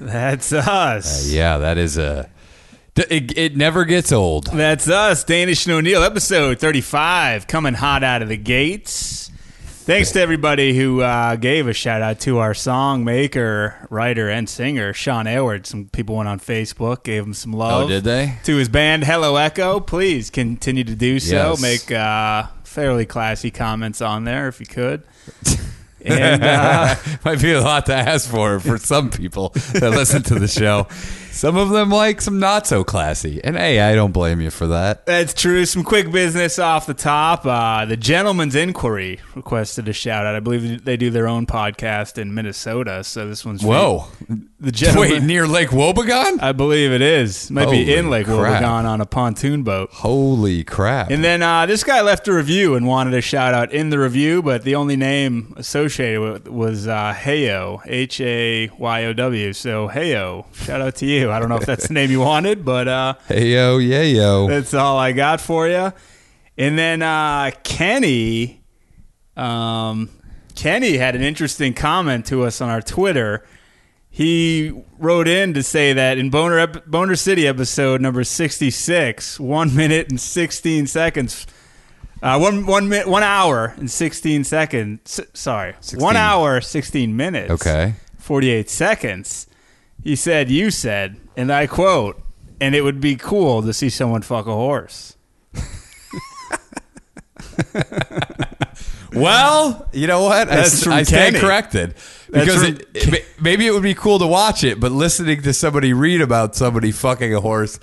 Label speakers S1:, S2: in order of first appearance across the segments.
S1: That's us.
S2: Uh, Yeah, that is a. d- It, it never gets old. Oh,
S1: That's us, Danish and O'Neill, episode 35, coming hot out of the gates. Thanks to everybody who uh, gave a shout out to our song maker, writer, and singer, Sean Edwards. Some people went on Facebook, gave him some love.
S2: Oh, did they?
S1: To his band, Hello Echo. Please continue to do so.
S2: Yes.
S1: Make uh, fairly classy comments on there if you could. and uh,
S2: Might be a lot to ask for for some people that listen to the show. Some of them like some not so classy, and hey, I don't blame you for that.
S1: That's true. Some quick business off the top. Uh, the Gentleman's Inquiry requested a shout out. I believe they do their own podcast in Minnesota, so this one's
S2: Whoa!
S1: The gentleman,
S2: Wait, near Lake Wobegon?
S1: I believe it is. Might be
S2: Holy
S1: in Lake
S2: crap.
S1: Wobegon on a pontoon boat.
S2: Holy crap!
S1: And then uh, this guy left a review and wanted a shout out in the review, but the only name associated with was uh, Heyo, H A Y O W. So Heyo, shout out to you. I don't know if that's the name you wanted, but uh,
S2: hey yo, yeah yo.
S1: That's all I got for you. And then uh, Kenny, um, Kenny had an interesting comment to us on our Twitter. He wrote in to say that in Boner ep- Boner City episode number sixty six, one minute and sixteen seconds, uh, one one minute, one hour and sixteen seconds. s- Sorry, one hour sixteen minutes.
S2: Okay.
S1: 48 seconds, he said, You said, and I quote, and it would be cool to see someone fuck a horse.
S2: Well, you know what? I
S1: That's
S2: s-
S1: from
S2: I, stand
S1: Kenny.
S2: corrected
S1: That's
S2: because
S1: from
S2: it, it- ma- maybe it would be cool to watch it, but listening to somebody read about somebody fucking a horse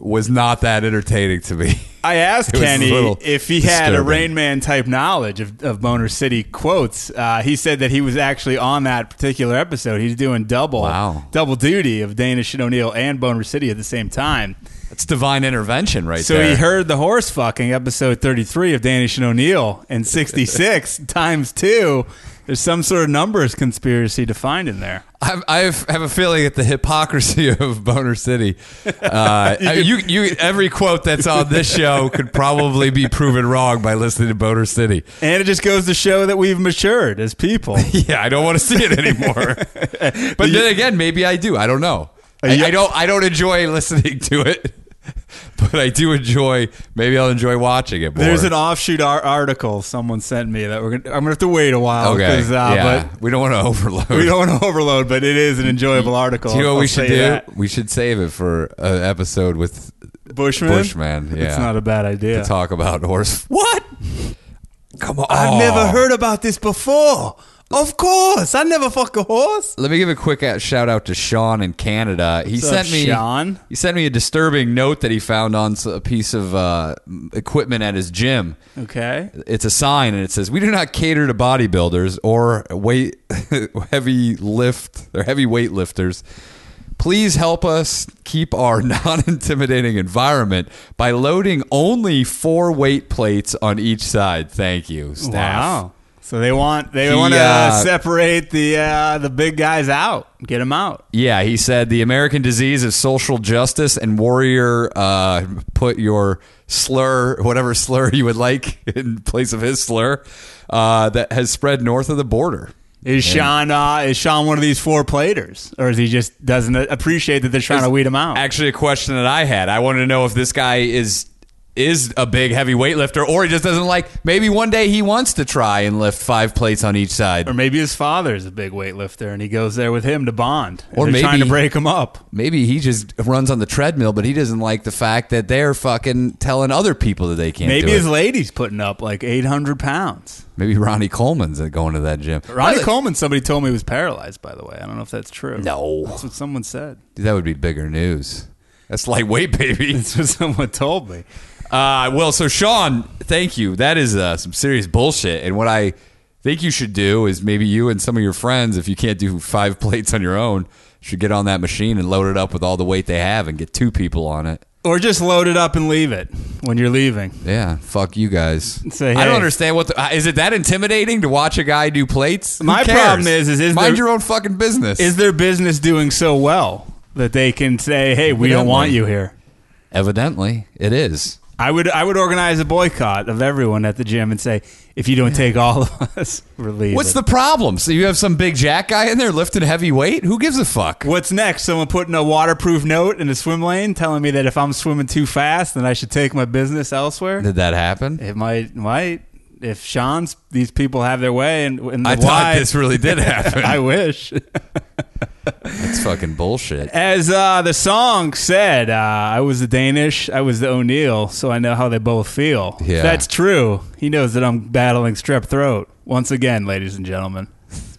S2: was not that entertaining to me.
S1: I asked
S2: It was a
S1: Kenny
S2: little
S1: if he had a
S2: disturbing.
S1: Rain Man type knowledge of, of Boner City quotes. Uh, he said that he was actually on that particular episode. He's doing double
S2: Wow.
S1: double duty of Danish and O'Neill and Boner City at the same time.
S2: That's divine intervention, right
S1: So
S2: there.
S1: he heard the horse fucking episode 33 of Danish and O'Neill and 66 times two. There's some sort of numbers conspiracy to find in there.
S2: I I've- have a feeling at the hypocrisy of Boner City. Uh, you, you, every quote that's on this show could probably be proven wrong by listening to Boner City.
S1: And it just goes to show that we've matured as people.
S2: Yeah, I don't want to see it anymore. but then again, maybe I do. I don't know. I,
S1: you-
S2: I don't. I don't enjoy listening to it, but I do enjoy. Maybe I'll enjoy watching it more.
S1: There's an offshoot ar- article someone sent me that we're gonna, I'm gonna have to wait a while
S2: okay.
S1: 'cause, uh,
S2: yeah, we don't want to overload.
S1: but we don't want to overload. But it is an enjoyable article.
S2: do you know what
S1: I'll
S2: we
S1: say
S2: should do?
S1: that.
S2: We should save it for an episode with
S1: Bushman.
S2: Bushman, yeah.
S1: it's not a bad idea.
S2: to talk about horse.
S1: What?
S2: Come on,
S1: I've never heard about this before. Of course, I never fuck a horse.
S2: Let me give a quick out- shout out to Sean in Canada. He
S1: What's up,
S2: sent me
S1: Sean?
S2: He sent me a disturbing note that he found on s- a piece of uh, equipment at his gym.
S1: Okay.
S2: It's a sign, and it says, "We do not cater to bodybuilders or weight heavy lift or heavy weight lifters." Please help us keep our non-intimidating environment by loading only four weight plates on each side. Thank you, staff.
S1: Wow. So they want they
S2: He,
S1: want to
S2: uh,
S1: separate the uh, the big guys out, get them out.
S2: Yeah, he said the American disease is social justice and warrior. Uh, put your slur, whatever slur you would like, in place of his slur uh, that has spread north of the border.
S1: Is Sean uh, is Sean one of these four platers, or is he just doesn't appreciate that they're trying to weed him out?
S2: Actually, a question that I had, I wanted to know if this guy is is a big heavy weightlifter or he just doesn't like. Maybe one day he wants to try and lift five plates on each side.
S1: or maybe his father is a big weightlifter and he goes there with him to bond.
S2: Or
S1: Or maybe trying to
S2: maybe-
S1: break him up.
S2: Maybe he just runs on the treadmill, but he doesn't like the fact that they're fucking telling other people that they can't.
S1: Maybe
S2: do it.
S1: his lady's putting up like eight hundred pounds.
S2: Maybe Ronnie Coleman's going to that gym.
S1: Ronnie
S2: Coleman.
S1: Coleman, somebody told me was paralyzed. By the way, I don't know if that's true.
S2: No,
S1: that's what someone said.
S2: that would be bigger news. That's lightweight, baby.
S1: That's what someone told me.
S2: Uh, well, so Sean, thank you. That is uh, some serious bullshit. And what I think you should do is maybe you and some of your friends, if you can't do five plates on your own, should get on that machine and load it up with all the weight they have and get two people on it.
S1: Or just load it up and leave it when you're leaving.
S2: Yeah, fuck you guys.
S1: Say,
S2: I
S1: hey.
S2: don't understand what the, uh, is it that intimidating to watch a guy do plates? Who
S1: My
S2: cares?
S1: problem is- is- is
S2: mind
S1: there-
S2: your own fucking business.
S1: Is their business doing so well that they can say, "Hey, we don't want you here"?
S2: Evidently, it is.
S1: I would I would organize a boycott of everyone at the gym and say, if you don't take all of us, we're leaving.
S2: What's the problem? So you have some big jack guy in there lifting heavy weight? Who gives a fuck?
S1: What's next? Someone putting a waterproof note in the swim lane telling me that if I'm swimming too fast, then I should take my business elsewhere.
S2: Did that happen?
S1: It might might if Sean's these people have their way and, and
S2: I
S1: the
S2: thought
S1: why-
S2: this really did happen.
S1: I wish.
S2: That's fucking bullshit.
S1: As uh, the song said, uh, I was the Danish, I was the O'Neill, so I know how they both feel.
S2: Yeah.
S1: That's true. He knows that I'm battling strep throat once again, ladies and gentlemen.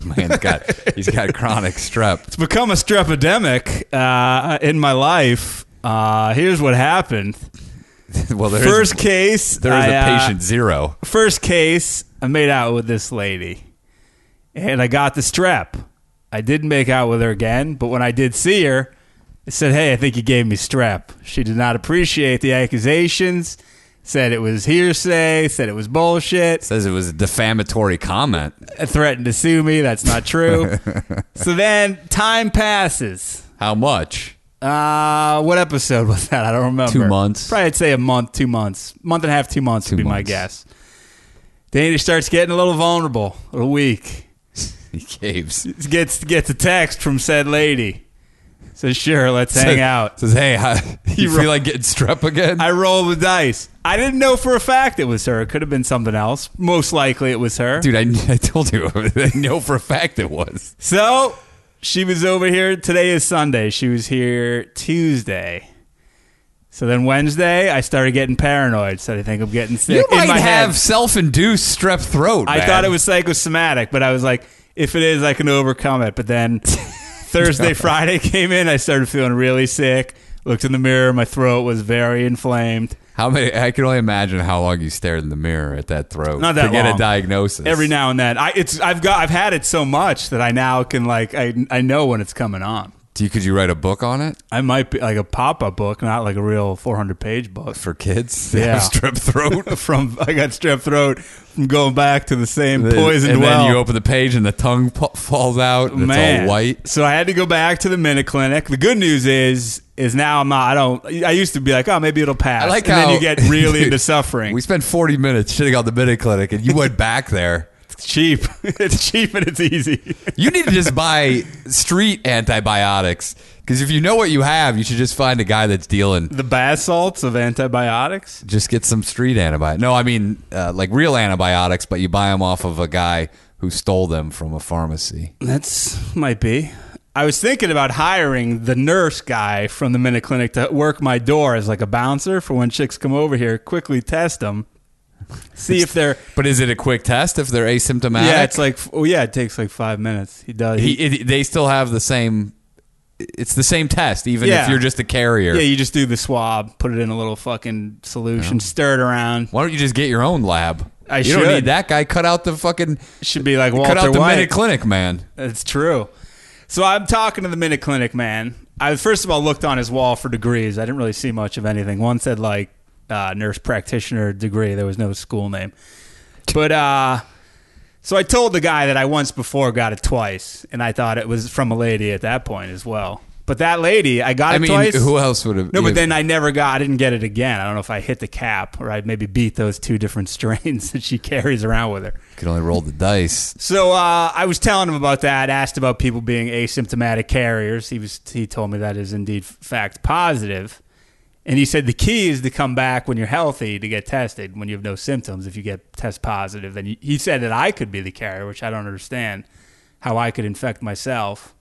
S2: Man's got he's got chronic strep.
S1: It's become a strep epidemic uh, in my life. Uh, here's what happened.
S2: Well, there is
S1: first case,
S2: there is
S1: I,
S2: a
S1: uh,
S2: patient zero.
S1: first case, I made out with this lady, and I got the strep. I didn't make out with her again, but when I did see her, I said, "Hey, I think you gave me strep." She did not appreciate the accusations. Said it was hearsay. Said it was bullshit.
S2: Says it was a defamatory comment.
S1: Threatened to sue me. That's not true. so then time passes.
S2: How much?
S1: Uh, what episode was that? I don't remember.
S2: Two months.
S1: Probably I'd say a month, two months, month and a half, two months
S2: Two
S1: would be my
S2: months.
S1: guess. Danny starts getting a little vulnerable, a little weak.
S2: He caves.
S1: Gets gets a text from said lady. Says, "Sure, let's hang
S2: Says-
S1: out."
S2: Says, hey, how, you
S1: ro-
S2: feel like getting strep again?
S1: I roll the dice. I didn't know for a fact it was her. It could have been something else. Most likely, it was her.
S2: Dude, I, I told you. I know for a fact it was.
S1: So she was over here. Today is Sunday. She was here Tuesday. So then Wednesday, I started getting paranoid. So I think I'm getting sick.
S2: You
S1: in
S2: might
S1: my
S2: have
S1: Head.
S2: self-induced strep throat.
S1: I
S2: man.
S1: thought it was psychosomatic, but I was like, if it is, I can overcome it. But then Thursday, Friday came in. I started feeling really sick. Looked in the mirror. My throat was very inflamed.
S2: How many? I can only imagine how long you stared in the mirror at that throat.
S1: Not that
S2: to get a
S1: long.
S2: diagnosis.
S1: Every now and then, I it's I've got I've had it so much that I now can like I I know when it's coming on.
S2: Do you, could you write a book on it
S1: I might be like a pop up book, not like a real 400 page book.
S2: for kids? They have
S1: Yeah.
S2: strep throat.
S1: from I got strep throat from going back to the same poisoned
S2: and
S1: well.
S2: then you open the page and the tongue po- falls out. And
S1: Man,
S2: It's all white.
S1: So I had to go back to the minute clinic. The good news is, is now I'm not. I don't. I used to be like, oh, maybe it'll pass.
S2: I like
S1: and
S2: how
S1: then you get really into suffering.
S2: We spent 40 minutes shitting on the mini clinic, and you went back there.
S1: it's cheap. it's cheap and it's easy.
S2: You need to just buy street antibiotics because if you know what you have, you should just find a guy that's dealing.
S1: the bath salts of antibiotics.
S2: Just get some street antibiotics. No, I mean uh, like real antibiotics, but you buy them off of a guy who stole them from a pharmacy.
S1: That's might be. I was thinking about hiring the nurse guy from the minute clinic to work my door as like a bouncer for when chicks come over here. Quickly test them, see if they're.
S2: But is it a quick test if they're asymptomatic?
S1: Yeah, it's like oh yeah, it takes like five minutes. He does.
S2: he,
S1: He,
S2: it, they still have the same. It's the same test, even if
S1: Yeah.
S2: you're just a carrier.
S1: yeah, you just do the swab, put it in a little fucking solution, stir it around.
S2: Why don't you just get your own lab?
S1: I
S2: you
S1: should.
S2: don't need that guy. Cut out the fucking.
S1: Should be like
S2: cut
S1: Walter
S2: out the
S1: White.
S2: minute clinic, man.
S1: It's true. So I'm talking to the Minute Clinic man. I first of all looked on his wall for degrees. I didn't really see much of anything. One said like uh, nurse practitioner degree. There was no school name. But uh, so I told the guy that I once before got it twice, and I thought it was from a lady at that point as well. But that lady, I got
S2: I
S1: it
S2: mean,
S1: twice.
S2: who else would have?
S1: No, but then I never got. I didn't get it again. I don't know if I hit the cap or I maybe beat those two different strains that she carries around with her.
S2: could only roll the dice.
S1: So uh, I was telling him about that. Asked about people being asymptomatic carriers. He was he told me that is indeed fact positive, and he said the key is to come back when you're healthy to get tested when you have no symptoms. If you get test positive, then you, he said that I could be the carrier, which I don't understand how I could infect myself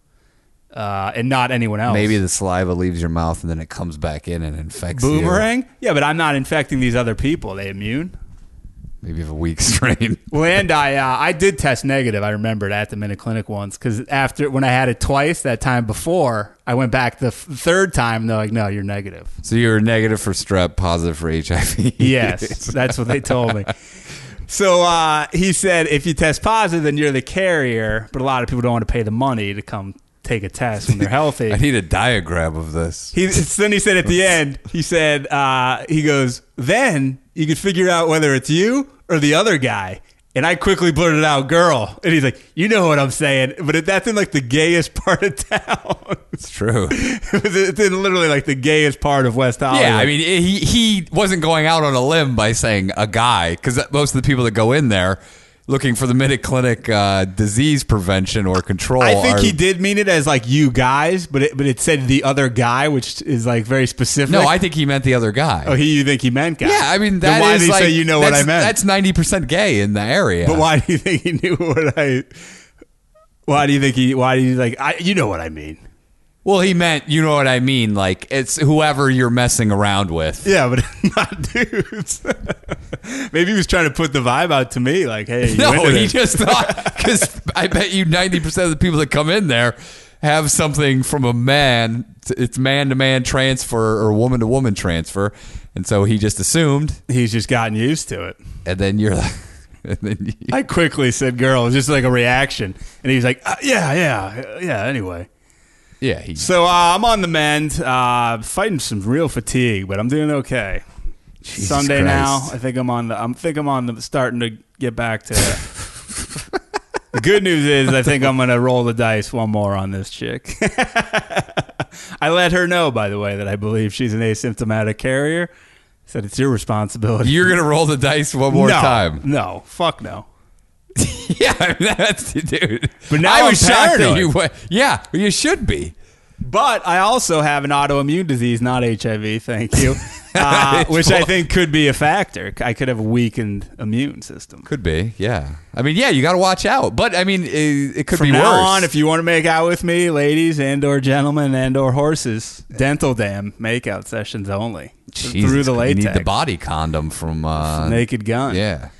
S1: uh, and not anyone else.
S2: Maybe the saliva leaves your mouth and then it comes back in and infects you.
S1: boomerang. Yeah, but I'm not infecting these other people. Are they immune?
S2: Maybe you have a weak strain.
S1: Well, and I uh, I did test negative. I remembered at the Minute Clinic once because after when I had it twice that time before, I went back the f- third time. And they're like, "No, you're negative."
S2: so you're negative for strep, positive for HIV.
S1: Yes, that's what they told me. So uh, he said, if you test positive, then you're the carrier. But a lot of people don't want to pay the money to come take a test when they're healthy.
S2: I need a diagram of this.
S1: He so then he said at the end, he said, uh, he goes, then you could figure out whether it's you or the other guy. And I quickly blurted out, girl. And he's like, you know what I'm saying. But it, that's in like the gayest part of town.
S2: It's true.
S1: it was it's in literally like the gayest part of West Hollywood.
S2: Yeah, I mean, he he wasn't going out on a limb by saying a guy because most of the people that go in there looking for the Mid Clinic uh, disease prevention or control.
S1: I think
S2: are-
S1: he did mean it as like you guys, but it, but it said the other guy, which is like very specific.
S2: No, I think he meant the other guy.
S1: Oh, he you think he meant guy?
S2: Yeah, I mean, that
S1: then why
S2: is
S1: did he
S2: like,
S1: say you know what I
S2: that's-
S1: meant?
S2: That's ninety percent gay in the area.
S1: But why do you think he knew what I? Why do you think he? Why do you like? I, you know what I mean?
S2: Well, he meant you know what I mean. Like it's whoever you're messing around with.
S1: Yeah, but not dudes. Maybe he was trying to put the vibe out to me, like, hey, you
S2: No,
S1: into
S2: he
S1: this?
S2: just thought because I bet you ninety percent of the people that come in there have something from a man. It's man to man transfer or woman to woman transfer, and so he just assumed.
S1: he's just gotten used to it.
S2: And then you're like, and then you,
S1: I quickly said, "Girl," it was just like a reaction, and he's like, uh, "Yeah, yeah, uh, yeah." Anyway,
S2: yeah, he,
S1: so uh, I'm on the mend, uh, fighting some real fatigue, but I'm doing okay.
S2: Jesus
S1: Sunday now,
S2: Christ.
S1: I think I'm on the. I'm think I'm on the starting to get back to. the good news is, I think I'm gonna roll the dice one more on this chick. I let her know, by the way, that I believe she's an asymptomatic carrier. Said it's your responsibility.
S2: you're gonna roll the dice one more
S1: no,
S2: time.
S1: No, fuck no.
S2: yeah, I mean, that's dude.
S1: But now
S2: I
S1: I'm
S2: was shocked that
S1: paranoid.
S2: you. went- Yeah, you should be.
S1: But I also have an autoimmune disease, not HIV, thank you, uh, which I think could be a factor. I could have a weakened immune system.
S2: Could be, yeah. I mean, yeah, you got to watch out. But I mean, it, it could
S1: From
S2: be
S1: now
S2: worse.
S1: on, if you want to make out with me, ladies and or gentlemen and or horses, dental dam makeout sessions only
S2: Jesus,
S1: through the latex,
S2: you need the body condom from uh,
S1: naked gun.
S2: Yeah,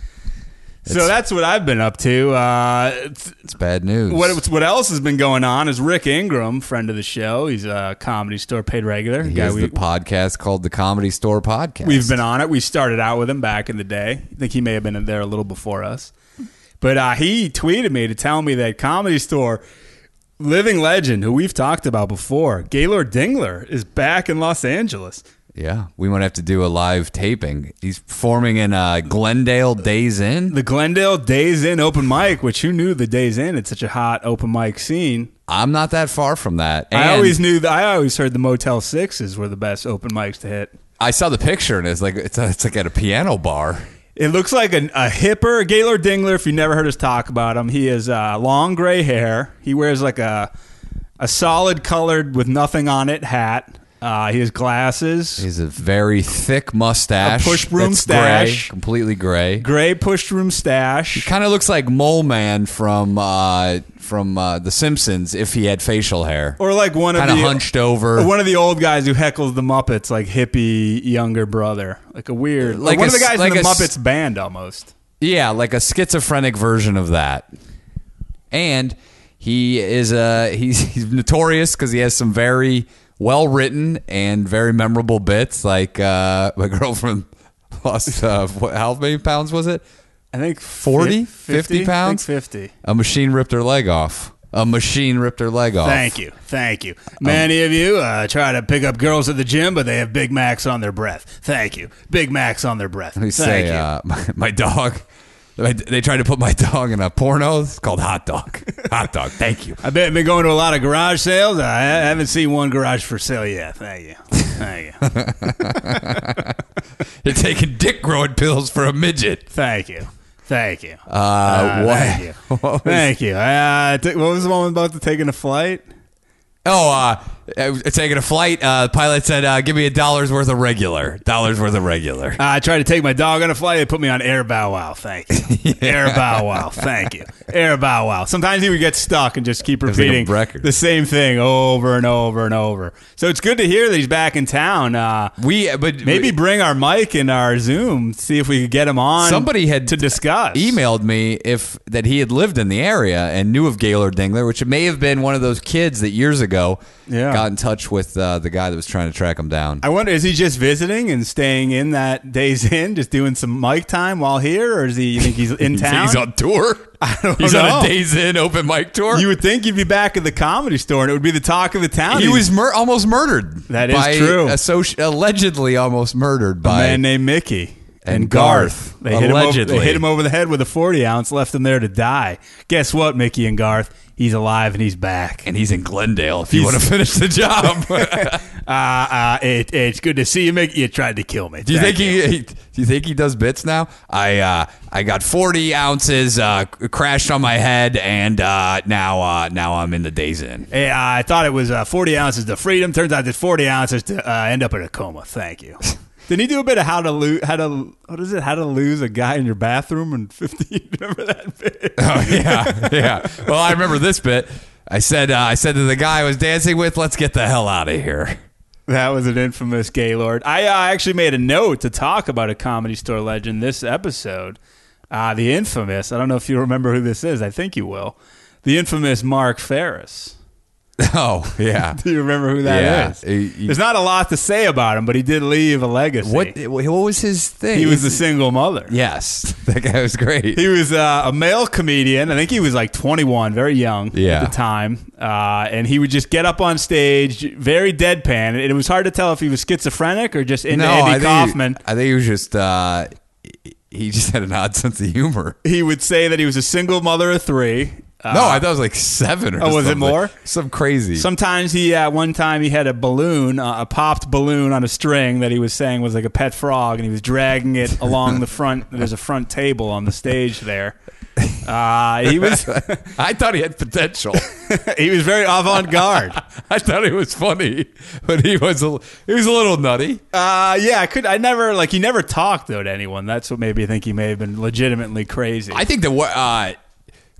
S1: so that's what I've been up to. Uh, it's-
S2: it's bad news.
S1: what what else has been going on is Rick Ingram, friend of the show. He's a comedy store paid regular.
S2: he
S1: guy
S2: has
S1: we-
S2: the podcast called the Comedy Store Podcast.
S1: We've been on it. We started out with him back in the day. I think he may have been in there a little before us. But uh, he tweeted me to tell me that Comedy Store living legend, who we've talked about before, Gaylord Dingler, is back in Los Angeles.
S2: yeah, we might have to do a live taping. He's performing in uh, Glendale Days In.
S1: The Glendale Days In open mic, which who knew the Days In had such a hot open mic scene.
S2: I'm not that far from that. And
S1: I always knew that I always heard the Motel Sixes were the best open mics to hit.
S2: I saw the picture and it's like it's, it's like at a piano bar.
S1: It looks like a, a hipper Gaylord Dingler. If you never heard us talk about him, he has uh, long gray hair. He wears like a a solid colored with nothing on it hat. Uh, he has glasses,
S2: He's a very thick mustache,
S1: A push broom
S2: that's
S1: stash.
S2: gray, completely gray.
S1: gray pushed room stash.
S2: Kind of looks like Mole Man from uh, from uh, The Simpsons if he had facial hair.
S1: Or like one of
S2: Kind of
S1: the
S2: hunched over.
S1: or one of the old guys who heckles the Muppets, like hippie younger brother, like a weird, like
S2: Like
S1: one
S2: a
S1: of the guys
S2: s- like
S1: in the
S2: a s-
S1: Muppets band almost.
S2: Yeah, like a schizophrenic version of that. And he is uh he's he's notorious because he has some very well written and very memorable bits. Like uh, my girlfriend lost uh, what, how many pounds was it?
S1: I think
S2: 40? 50 pounds?
S1: fifty.
S2: A machine ripped her leg off. A machine ripped her leg off.
S1: Thank you. Thank you. Many of you uh, try to pick up girls at the gym, but they have Big Macs on their breath. Thank you. Big Macs on their breath.
S2: Let me
S1: Thank
S2: say,
S1: you.
S2: Uh, my, my dog. They they tried to put my dog in a porno. It's called Hot Dog. Hot Dog. Thank you.
S1: I bet I've been going to a lot of garage sales. I ha- haven't seen one garage for sale yet. Thank you. Thank you.
S2: They're taking dick growing pills for a midget.
S1: Thank you. Thank you.
S2: Uh, what?
S1: Thank you.
S2: what was-
S1: Thank you. Uh, t- what was the one about the taking a flight?
S2: Oh, uh, I was taking a flight. Uh, the pilot said, uh, "Give me a dollar's worth of regular. Dollars worth of regular."
S1: I tried to take my dog on a flight. They put me on air bow wow. Thank you. Air bow wow. Thank you. Air bow wow. Sometimes he would get stuck and just keep
S2: was like a
S1: repeating
S2: record.
S1: the same thing over and over and over. So it's good to hear that he's back in town. Uh,
S2: We, but
S1: maybe bring our mic and our Zoom, see if we could get him on.
S2: Somebody had
S1: to discuss
S2: emailed me if that he had lived in the area and knew of Gaylord Dingler, which may have been one of those kids that years ago
S1: Yeah.
S2: got in touch with uh, the guy that was trying to track him down.
S1: I wonder, is he just visiting and staying in that days in, just doing some mic time while here, or is he? You think he's in
S2: You think
S1: town?
S2: He's on tour. I
S1: don't
S2: he's
S1: know.
S2: on a Days In open mic tour.
S1: you would think he'd be back at the comedy store, and it would be the talk of the town.
S2: he
S1: He's-
S2: was mur- almost murdered.
S1: That is
S2: by
S1: true.
S2: a soci- allegedly almost murdered by
S1: man named Mickey.
S2: and Garth.
S1: They hit, him over,
S2: allegedly.
S1: they hit him over the head with a 40 ounce, left him there to die. Guess what, Mickey and Garth? He's alive and he's back.
S2: and he's in Glendale if you want to finish the job.
S1: Uh, uh, it, it's good to see you, Mickey. You tried to kill me.
S2: do you
S1: Thank
S2: think he, he- do you think he does bits now? I uh, I got 40 ounces uh, c- crashed on my head and uh, now uh, now I'm in the days in.
S1: Hey, uh, I thought it was uh, 40 ounces to freedom. Turns out it's 40 ounces to uh, end up in a coma. Thank you. Didn't he do a bit of how to lose how to what is it how to lose a guy in your bathroom in 15? Remember that bit?
S2: Oh yeah, yeah. Well, I remember this bit. I said uh, I said to the guy I was dancing with, "Let's get the hell out of here."
S1: That was an infamous Gaylord. I uh, actually made a note to talk about a comedy store legend this episode. Uh, the infamous. I don't know if you remember who this is. I think you will. The infamous Mark Ferris.
S2: Oh yeah.
S1: Do you remember who that
S2: Yeah.
S1: is?
S2: He- he-
S1: There's not a lot to say about him, but he did leave a legacy.
S2: What what was his thing?
S1: He was a single mother.
S2: yes. That guy was great.
S1: He was uh, a male comedian. I think he was like 21, very young
S2: Yeah.
S1: at the time. Uh, and he would just get up on stage, very deadpan. And it was hard to tell if he was schizophrenic or just into
S2: I
S1: Andy
S2: think
S1: Kaufman.
S2: He, I think he was just uh, he just had an odd sense of humor.
S1: He would say that he was a single mother of three. Uh,
S2: no, I thought it was like seven or
S1: Oh, was it
S2: something.
S1: more?
S2: Some crazy.
S1: Sometimes he, uh, one time, he had a balloon, uh, a popped balloon on a string that he was saying was like a pet frog, and he was dragging it along the front. There's a front table on the stage there. Uh, he was
S2: I thought he had potential.
S1: he was very avant garde.
S2: I thought he was funny, but he was a, he was a little nutty.
S1: Uh, yeah, I could. I never like he never talked though to anyone. That's what made me think he may have been legitimately crazy.
S2: I think the wha- uh,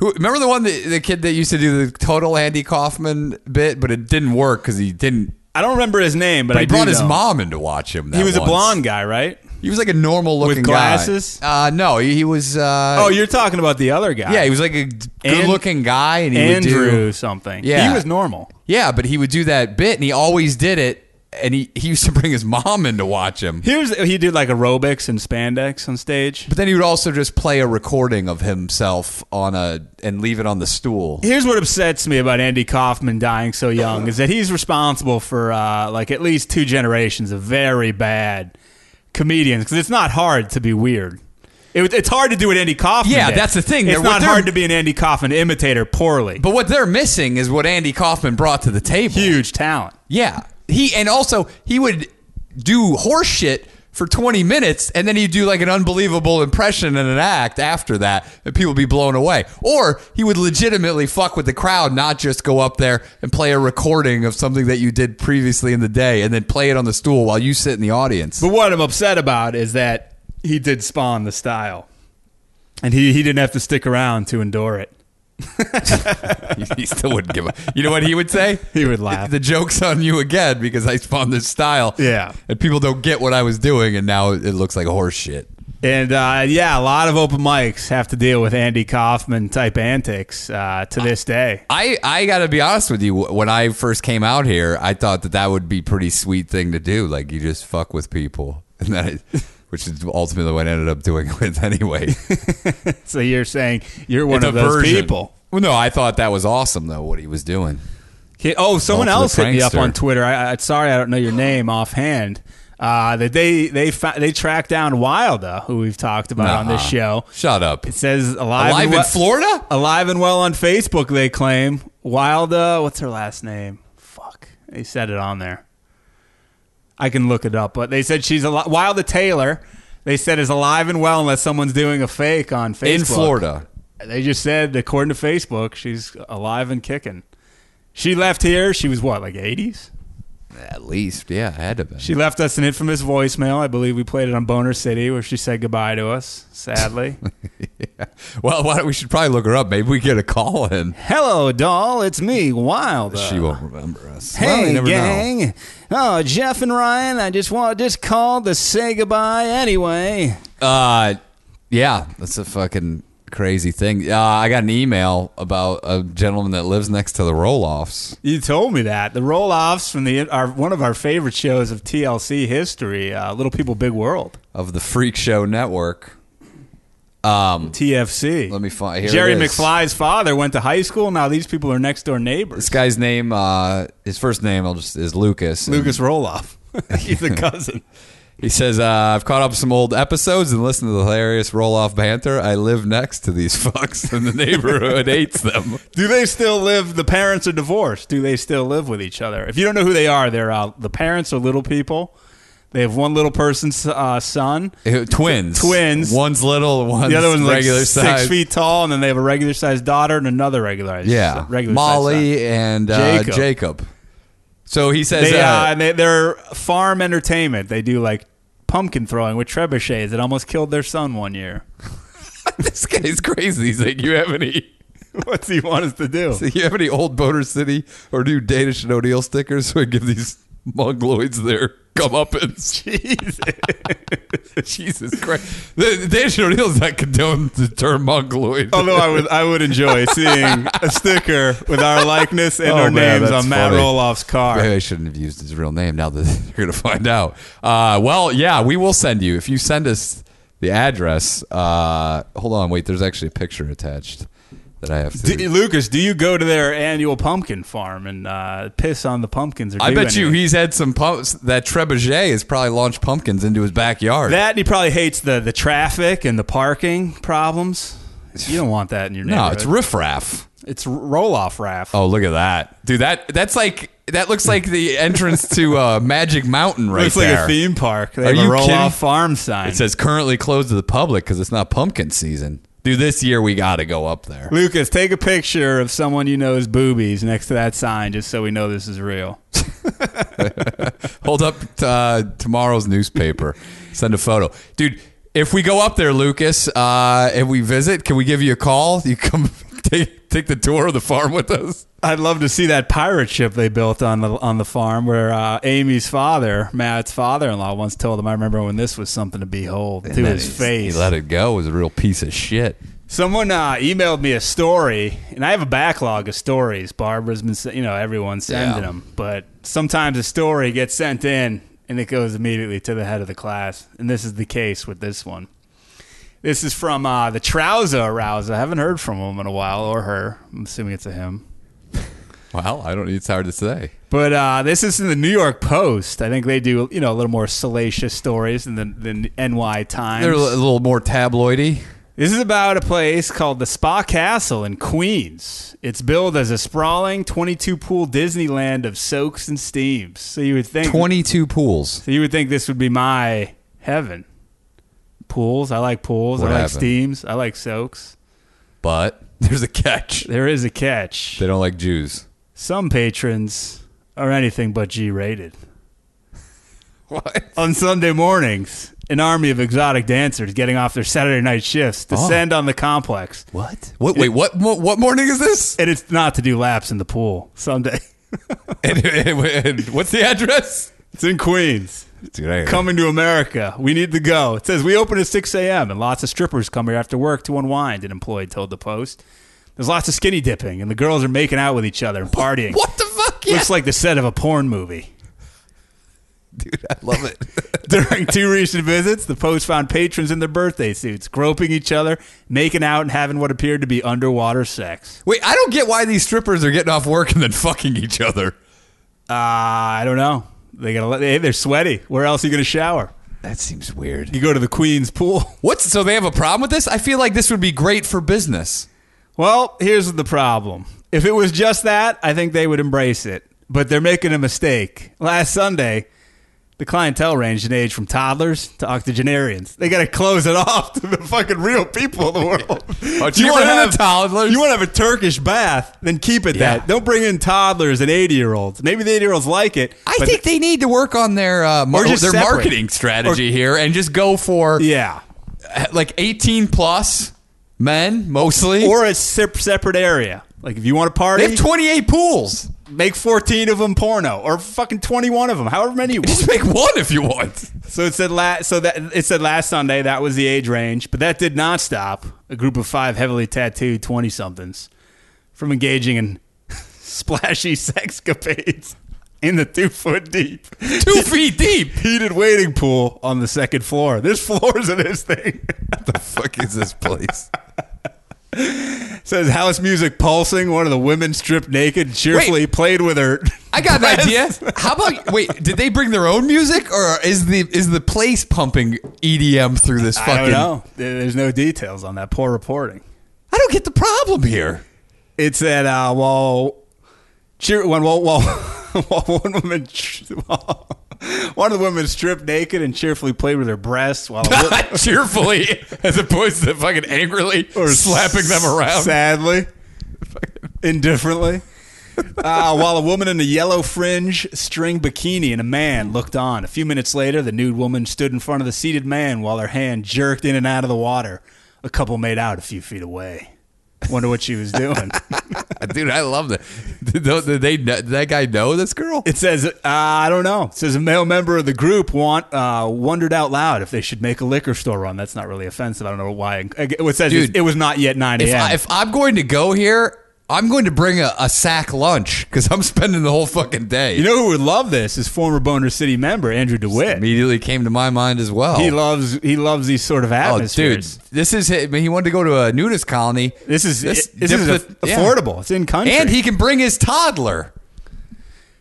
S2: who remember the one that, the kid that used to do the total Andy Kaufman bit, but it didn't work because he didn't.
S1: I don't remember his name, but,
S2: But
S1: I
S2: he
S1: do
S2: brought his
S1: know.
S2: mom in to watch him. That
S1: He was a
S2: once.
S1: blonde guy, right?
S2: He was like a normal looking
S1: With glasses?
S2: Guy. Uh, no, he, he was. Uh,
S1: Oh, you're talking about the other guy.
S2: yeah, he was like a good looking guy, and he would
S1: Andrew
S2: do
S1: something.
S2: Yeah.
S1: he was normal.
S2: Yeah, but he would do that bit, and he always did it. And he, he used to bring his mom in to watch him.
S1: Here's he did like aerobics and spandex on stage.
S2: But then he would also just play a recording of himself on a and leave it on the stool.
S1: Here's what upsets me about Andy Kaufman dying so young is that he's responsible for uh, like at least two generations of very bad comedians because it's not hard to be weird. It, was- it's hard to do what Andy Kaufman.
S2: Yeah,
S1: did.
S2: that's the thing.
S1: It's
S2: They're-
S1: not
S2: they're-
S1: hard to be an Andy Kaufman imitator poorly.
S2: But what they're missing is what Andy Kaufman brought to the table.
S1: Huge talent.
S2: Yeah. He and also he would do horse shit for 20 minutes and then he'd do like an unbelievable impression and an act after that and people would be blown away. Or he would legitimately fuck with the crowd, not just go up there and play a recording of something that you did previously in the day and then play it on the stool while you sit in the audience.
S1: But what I'm upset about is that he did spawn the style, and he he didn't have to stick around to endure it.
S2: he still wouldn't give up. You know what he would say?
S1: He would laugh.
S2: The joke's on you again because I spawned this style.
S1: Yeah.
S2: And people don't get what I was doing and now it looks like horse shit.
S1: And uh, yeah, a lot of open mics have to deal with Andy Kaufman type antics uh,
S2: Ah.
S1: to this day.
S2: I, I gotta be honest with you. When I first came out here, I thought that that would be pretty sweet thing to do. Like you just fuck with people, and then I, which is ultimately what I ended up doing it with anyway.
S1: So you're saying you're one
S2: It's a
S1: of those
S2: version.
S1: people.
S2: Well, no, I thought that was awesome though. What he was doing.
S1: He- Oh, someone
S2: Ultimate
S1: else hit me up
S2: prankster.
S1: on Twitter. I, I, sorry, I don't know your name offhand. Uh, that they they fa- they tracked down Wilder, who we've talked about on this
S2: Nuh-uh.
S1: show.
S2: Shut up.
S1: It says alive,
S2: Alive
S1: and
S2: in
S1: well,
S2: Florida?
S1: alive and well on Facebook. They claim Wilder. What's her last name? Fuck, they said it on there. I can look it up, but they said she's alive. Wilder Taylor. They said is alive and well unless someone's doing a fake on Facebook
S2: In Florida.
S1: They just said according to Facebook, she's alive and kicking. She left here. She was what, like eighties?
S2: At least, yeah, I had to be.
S1: She left us an infamous voicemail. I believe we played it on Boner City, where she said goodbye to us. Sadly.
S2: Yeah. Well, why don't, we should probably look her up. Maybe we get a call in.
S1: Hello, doll. It's me, Wilder.
S2: she won't remember us.
S1: Hey,
S2: Well, you never know.
S1: gang. Oh, Jeff and Ryan, I just want just called to say goodbye anyway.
S2: Uh, yeah, that's a fucking crazy thing. Uh, I got an email about a gentleman that lives next to the Roloffs.
S1: You told me that. The roll offs from the our, one of our favorite shows of TLC history, uh, Little People Big World,
S2: of the Freak Show Network.
S1: TFC.
S2: Let me find. Here
S1: Jerry
S2: it is.
S1: McFly's father went to high school. Now these people are next door
S2: This
S1: neighbors.
S2: guy's name, uh, his first name, I'll just is Lucas. And
S1: Lucas Roloff. He's a cousin.
S2: He says, uh, I've caught up with some old episodes and listened to the hilarious roll off banter. I live next to these fucks, and the neighborhood hates them.
S1: Do they still live? The parents are divorced. Do they still live with each other? If you don't know who they are, they're uh, the parents are little people. They have one little person's uh, son.
S2: Eh, Twins.
S1: Twins.
S2: One's little, one's
S1: The other one's
S2: regular
S1: like
S2: size.
S1: six feet tall, and then they have a regular sized daughter and another regular
S2: Yeah.
S1: regular
S2: Molly and uh,
S1: Jacob.
S2: Jacob. So he says,
S1: They,
S2: uh,
S1: uh, they, they're farm entertainment. They do like pumpkin throwing with trebuchets. It almost killed their son one year.
S2: this guy's crazy. He's like, you have any.
S1: What's he want us to do?
S2: Do you have any old Boner City or new Danish and O'Neill stickers so I give these mongoloids their comeuppance?
S1: Jesus.
S2: Jesus Christ. The, Danish and O'Neill's not condone the term mongoloid.
S1: Although I would, I would enjoy seeing a sticker with our likeness and
S2: Oh,
S1: our
S2: man,
S1: names
S2: that's
S1: on Matt
S2: funny.
S1: Roloff's car.
S2: Maybe I shouldn't have used his real name now that you're going to find out. Uh, well, yeah, we will send you. If you send us the address, uh, hold on, wait, there's actually a picture attached that I have to.
S1: Do, Lucas, do you go to their annual pumpkin farm and uh, piss on the pumpkins? Or
S2: I
S1: do
S2: bet you
S1: anything?
S2: he's had some pumps. That Trebuchet has probably launched pumpkins into his backyard.
S1: that and he probably hates the the traffic and the parking problems. You don't want that in your
S2: no,
S1: neighborhood.
S2: it's riffraff.
S1: it's roll off raft.
S2: Oh, look at that, dude! That that's like that looks like the entrance to uh, Magic Mountain right
S1: Looks
S2: there.
S1: like a theme park. They
S2: Are
S1: have a
S2: you
S1: roll
S2: kidding?
S1: off farm sign.
S2: It says currently closed to the public because it's not pumpkin season. Dude, this year we got to go up there.
S1: Lucas, take a picture of someone you know's boobies next to that sign, just so we know this is real.
S2: Hold up uh, tomorrow's newspaper. Send a photo, dude. If we go up there, Lucas, uh, and we visit, can we give you a call? You come take take the tour of the farm with us.
S1: I'd love to see that pirate ship they built on the on the farm where uh, Amy's father, Matt's father-in-law, once told him. I remember when this was something to behold to
S2: And then
S1: his
S2: he-
S1: face.
S2: He let it go. It was a real piece of shit.
S1: Someone uh, emailed me a story, and I have a backlog of stories. Barbara's been, se- you know, everyone's sending
S2: Yeah.
S1: them, but sometimes a story gets sent in and it goes immediately to the head of the class, and this is the case with this one. This is from uh, the Trouser Arouser. I haven't heard from him in a while, or her. I'm assuming it's a him.
S2: Well, I don't. It's hard to say.
S1: But uh, this is in the New York Post. I think they do, you know, a little more salacious stories than the than NY Times.
S2: They're a little more tabloidy.
S1: This is about a place called the Spa Castle in Queens. It's billed as a sprawling 22 pool Disneyland of soaks and steams. So you would think
S2: Twenty-two pools.
S1: so you would think this would be my heaven. Pools, I like pools,
S2: What
S1: I like
S2: happened?
S1: steams, I like soaks.
S2: But there's a catch.
S1: There is a catch.
S2: They don't like Jews.
S1: Some patrons are anything but G-rated.
S2: What?
S1: on Sunday mornings, an army of exotic dancers getting off their Saturday night shifts descend on the complex,
S2: Oh. What? What? Wait. What? What, what morning is this?
S1: and it's not to do laps in the pool. Sunday,
S2: and, and- and what's the address?
S1: it's in Queens.
S2: Dude, I,
S1: Coming to America, we need to go. It says we open at 6 a.m. and lots of strippers come here after work to unwind. An employee told the Post, "There's lots of skinny dipping, and the girls are making out with each other and partying.
S2: What the fuck? Yeah.
S1: Looks like the set of a porn movie."
S2: Dude, I love it.
S1: During two recent visits, the Post found patrons in their birthday suits, groping each other, making out, and having what appeared to be underwater sex.
S2: Wait, I don't get why these strippers are getting off work and then fucking each other.
S1: Uh, I don't know. They gotta let. Hey, they're sweaty. Where else are you gonna shower?
S2: That seems weird.
S1: You go to the Queen's pool.
S2: What's so they have a problem with this? I feel like this would be great for business.
S1: Well, here's the problem. If it was just that, I think they would embrace it. But they're making a mistake. Last Sunday, the clientele ranged in age from toddlers to octogenarians. They gotta close it off to the fucking real people of the world.
S2: But you
S1: wanna
S2: ran into toddlers?
S1: You want to have a Turkish bath? Then keep it
S2: Yeah.
S1: that. Don't bring in toddlers and eighty year olds. Maybe the eighty year olds like it.
S2: I
S1: but-
S2: think they need to work on their uh, mar-
S1: Or just
S2: their
S1: separate.
S2: marketing strategy here and just go for
S1: yeah.
S2: like 18 plus men mostly.
S1: Or a sep- separate area. Like if you want to party,
S2: they have 28 pools.
S1: make 14 of them porno or fucking 21 of them however many you want
S2: Just make one if you want.
S1: so it said last so that it said last sunday that was the age range but that did not stop a group of five heavily tattooed 20 somethings from engaging in splashy sexcapades in the two foot deep
S2: Two feet deep.
S1: heated wading pool on the second floor there's floors in this thing
S2: the fuck is this place?
S1: Says house music pulsing. One of the women stripped naked, cheerfully
S2: Wait.
S1: played with her.
S2: I got an idea. How about wait? Did they bring their own music, or is the is the place pumping EDM through this
S1: I don't
S2: fucking?
S1: know. There- There's no details on that. Poor reporting.
S2: I don't get the problem here.
S1: It's that uh, while cheer when while, while, while one woman while, one of the women stripped naked and cheerfully played with her breasts while
S2: Cheerfully, as opposed to fucking angrily
S1: sadly, indifferently. Uh, while a woman in a yellow fringe string bikini and a man looked on. A few minutes later, the nude woman stood in front of the seated man while her hand jerked in and out of the water. A couple made out a few feet away. Wonder what she was doing.
S2: Dude, I love that. Did, tho- did they kn- did that guy know this girl?
S1: It says, uh, I don't know. It says a male member of the group want, uh, wondered out loud if they should make a liquor store run. That's not really offensive. I don't know why. It says
S2: Dude,
S1: it was not yet 9
S2: If,
S1: a.m.
S2: I, if I'm going to go here, I'm going to bring a, a sack lunch because I'm spending the whole fucking day.
S1: you know who would love this is former Boner City member Andrew DeWitt.
S2: immediately came to my mind as well.
S1: He loves he loves these sort of
S2: oh, dude,
S1: atmospheres.
S2: this is it. I mean, he wanted to go to a nudist colony.
S1: This is
S2: This-
S1: this
S2: dip
S1: is
S2: the- yeah.
S1: affordable. It's in country.
S2: and he can bring his toddler.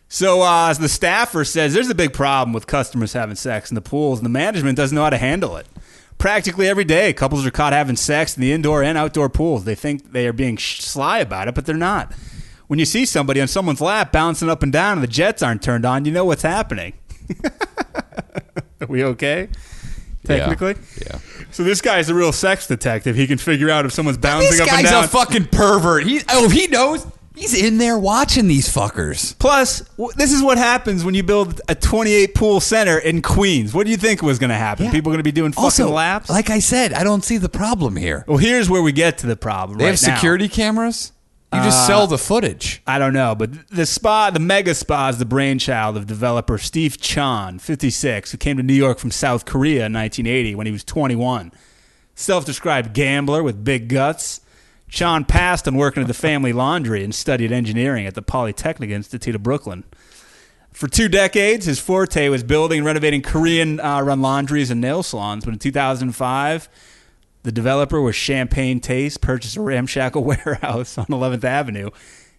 S1: so uh, the staffer says there's a big problem with customers having sex in the pools, and the management doesn't know how to handle it. Practically every day, couples are caught having sex in the indoor and outdoor pools. They think they are being sh- sly about it, but they're not. When you see somebody on someone's lap bouncing up and down and the jets aren't turned on, you know what's happening. are we okay? Technically?
S2: Yeah.
S1: So this guy's a real sex detective. He can figure out if someone's bouncing
S2: This
S1: up and
S2: guy's
S1: down.
S2: a fucking pervert. He oh he knows. He's in there watching these fuckers.
S1: Plus, w- this is what happens when you build a 28 pool center in Queens. What do you think was going to happen? People going to be doing fucking
S2: also,
S1: laps?
S2: Like I said, I don't see the problem here.
S1: well, here's where we get to the problem.
S2: They
S1: right
S2: have
S1: now. Uh,
S2: security cameras. You just sell the footage.
S1: I don't know, but th- the spa, the mega spa, is the brainchild of developer Steve Chan, 56, who came to New York from South Korea in 1980 when he was 21. Self-described gambler with big guts, Chan passed on working at the family laundry and studied engineering at the Polytechnic Institute of Brooklyn. For two decades, his forte was building and renovating Korean uh, run laundries and nail salons. But in 2005, the developer was Champagne Taste, purchased a ramshackle warehouse on 11th Avenue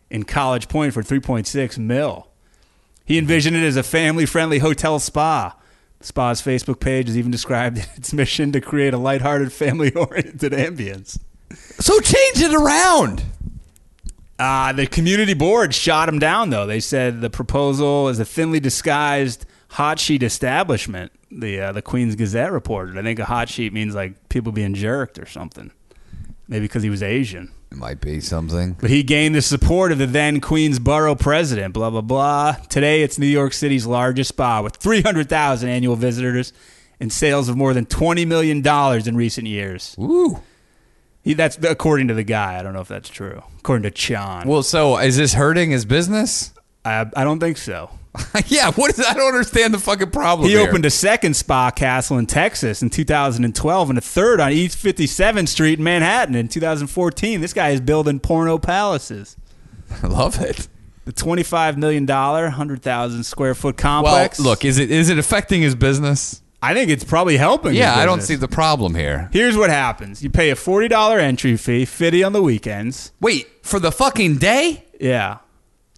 S1: in College Point for 3.6 mil. He envisioned it as a family friendly hotel spa. The spa's Facebook page has even described its mission to create a lighthearted, family oriented ambience.
S2: So change it around.
S1: Uh, the community board shot him down, though. They said the proposal is a thinly disguised hot sheet establishment. The uh, the Queen's Gazette reported. I think a hot sheet means like people being jerked or something. Maybe because he was Asian.
S2: It might be something.
S1: But he gained the support of the then Queens Borough president, blah, blah, blah. Today, it's New York City's largest spa with 300,000 annual visitors and sales of more than $20 million in recent years.
S2: Ooh.
S1: He, that's according to the guy. I don't know if that's true. According to Chan.
S2: Well, so is this hurting his business?
S1: I, I don't think so.
S2: yeah. What is? I don't understand the fucking problem.
S1: He
S2: here.
S1: opened a second spa castle in Texas in 2012 and a third on East 57th Street in Manhattan in 2014. This guy is building porno palaces.
S2: I love it.
S1: The $25 million, 100,000 square foot
S2: Well,
S1: complex.
S2: look, is it is it affecting his business?
S1: I think it's probably helping.
S2: Yeah,
S1: his
S2: I don't
S1: business.
S2: see the problem here.
S1: Here's what happens: you pay a forty dollar entry fee, fifty on the weekends.
S2: Wait, for the fucking day?
S1: Yeah,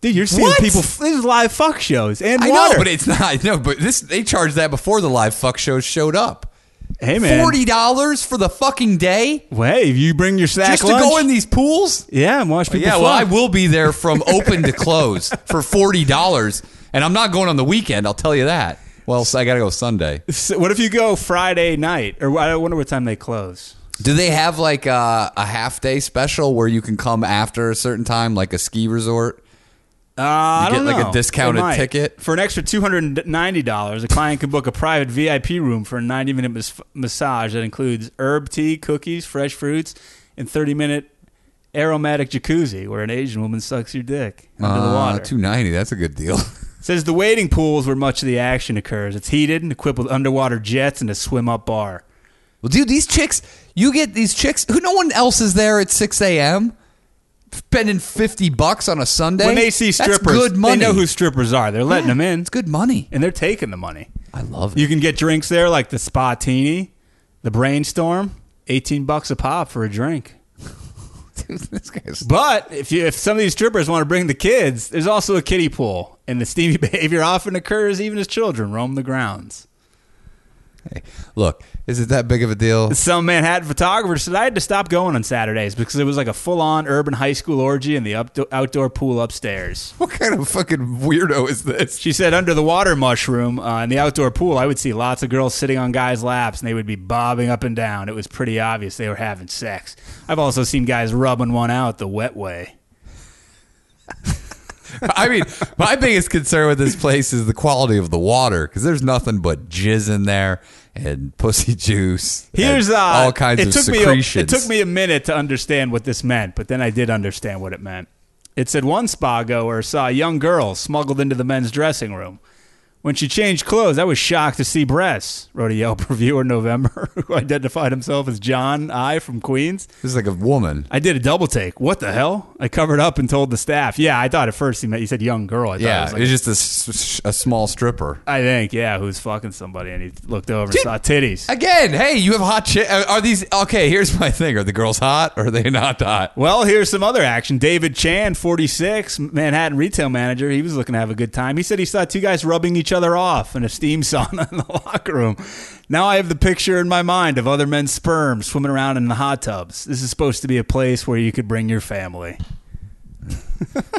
S1: dude, you're seeing
S2: What?
S1: people. This is live fuck shows and
S2: I
S1: water.
S2: know, but it's not. No, but this they charged that before the live fuck shows showed up.
S1: hey man,
S2: Forty dollars for the fucking day
S1: Well, Hey, if you bring your sack
S2: just to
S1: lunch,
S2: go in these pools?
S1: yeah, and watch people.
S2: yeah, well, I
S1: fuck.
S2: will be there from open to close for forty dollars, and I'm not going on the weekend. I'll tell you that. Well, so I gotta go Sunday.
S1: So what if you go Friday night? Or I wonder what time they close.
S2: Do they have like uh, a, a half day special where you can come after a certain time, like a ski resort?
S1: Uh, I
S2: get,
S1: don't
S2: like, a
S1: know.
S2: discounted
S1: They might.
S2: ticket?
S1: for an extra two hundred and ninety dollars. A client can book a private VIP room for a ninety minute mas- massage that includes herb tea, cookies, fresh fruits, and thirty minute aromatic jacuzzi where an Asian woman sucks your dick under the water.
S2: Uh, Two ninety. That's a good deal.
S1: Says the wading pool is where much of the action occurs. It's heated and equipped with underwater jets and a swim up bar.
S2: Well, dude, these chicks, you get these chicks who no one else is there at 6 a.m. spending 50 bucks on a Sunday.
S1: When they see
S2: That's
S1: strippers,
S2: good money.
S1: they know who strippers are. They're letting them in,
S2: It's good money.
S1: and they're taking the money.
S2: I love it.
S1: You can get drinks there like the Spatini, the Brainstorm, 18 bucks a pop for a drink.
S2: this guy's
S1: But if you if some of these strippers want to bring the kids, there's also a kiddie pool, and the steamy behavior often occurs even as children roam the grounds.
S2: Hey, look, is it that big of a deal?
S1: Some Manhattan photographer said I had to stop going on Saturdays because it was like a full-on urban high school orgy in the up- outdoor pool upstairs.
S2: What kind of fucking weirdo is this?
S1: She said under the water mushroom uh, in the outdoor pool, I would see lots of girls sitting on guys' laps and they would be bobbing up and down. It was pretty obvious they were having sex. I've also seen guys rubbing one out the wet way.
S2: I mean, my biggest concern with this place is the quality of the water because there's nothing but jizz in there and pussy juice. and
S1: Here's uh,
S2: all kinds
S1: it
S2: of
S1: took Me a, it
S2: secretions.
S1: took me a minute to understand what this meant, but then I did understand what it meant. It said one spa goer saw a young girl smuggled into the men's dressing room. When she changed clothes, I was shocked to see breasts, wrote a Yelp reviewer in November, who identified himself as John I from Queens.
S2: This is like a woman.
S1: I did a double take. What the hell? I covered up and told the staff. Yeah, I thought at first he meant he said young girl. I thought it
S2: Yeah,
S1: was like
S2: it's just a s- s- a, small stripper.
S1: I think, yeah, who's fucking somebody and he looked over and saw titties.
S2: Again, hey, you have hot chick. Are these okay? Here's my thing: Are the girls hot? Or are they not hot?
S1: Well, here's some other action. David Chan, 46, Manhattan retail manager. He was looking to have a good time. He said he saw two guys rubbing each other off in a steam sauna in the locker room. Now I have the picture in my mind of other men's sperm swimming around in the hot tubs. This is supposed to be a place where you could bring your family.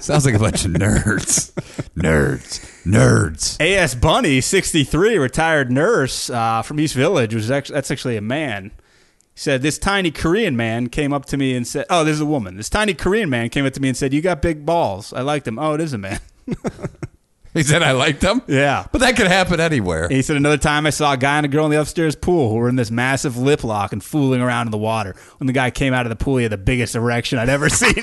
S2: Sounds like a bunch of nerds, nerds, nerds.
S1: A.S. Bunny, 63, retired nurse uh, from East Village, was actually, that's actually a man. He said, This tiny Korean man came up to me and said, Oh, this is a woman. This tiny Korean man came up to me and said, You got big balls. I liked them. Oh, it is a man.
S2: He said, "I liked them."
S1: Yeah.
S2: but that could happen anywhere.
S1: He said, Another time I saw a guy and a girl in the upstairs pool who were in this massive lip lock and fooling around in the water. When the guy came out of the pool, he had the biggest erection I'd ever seen.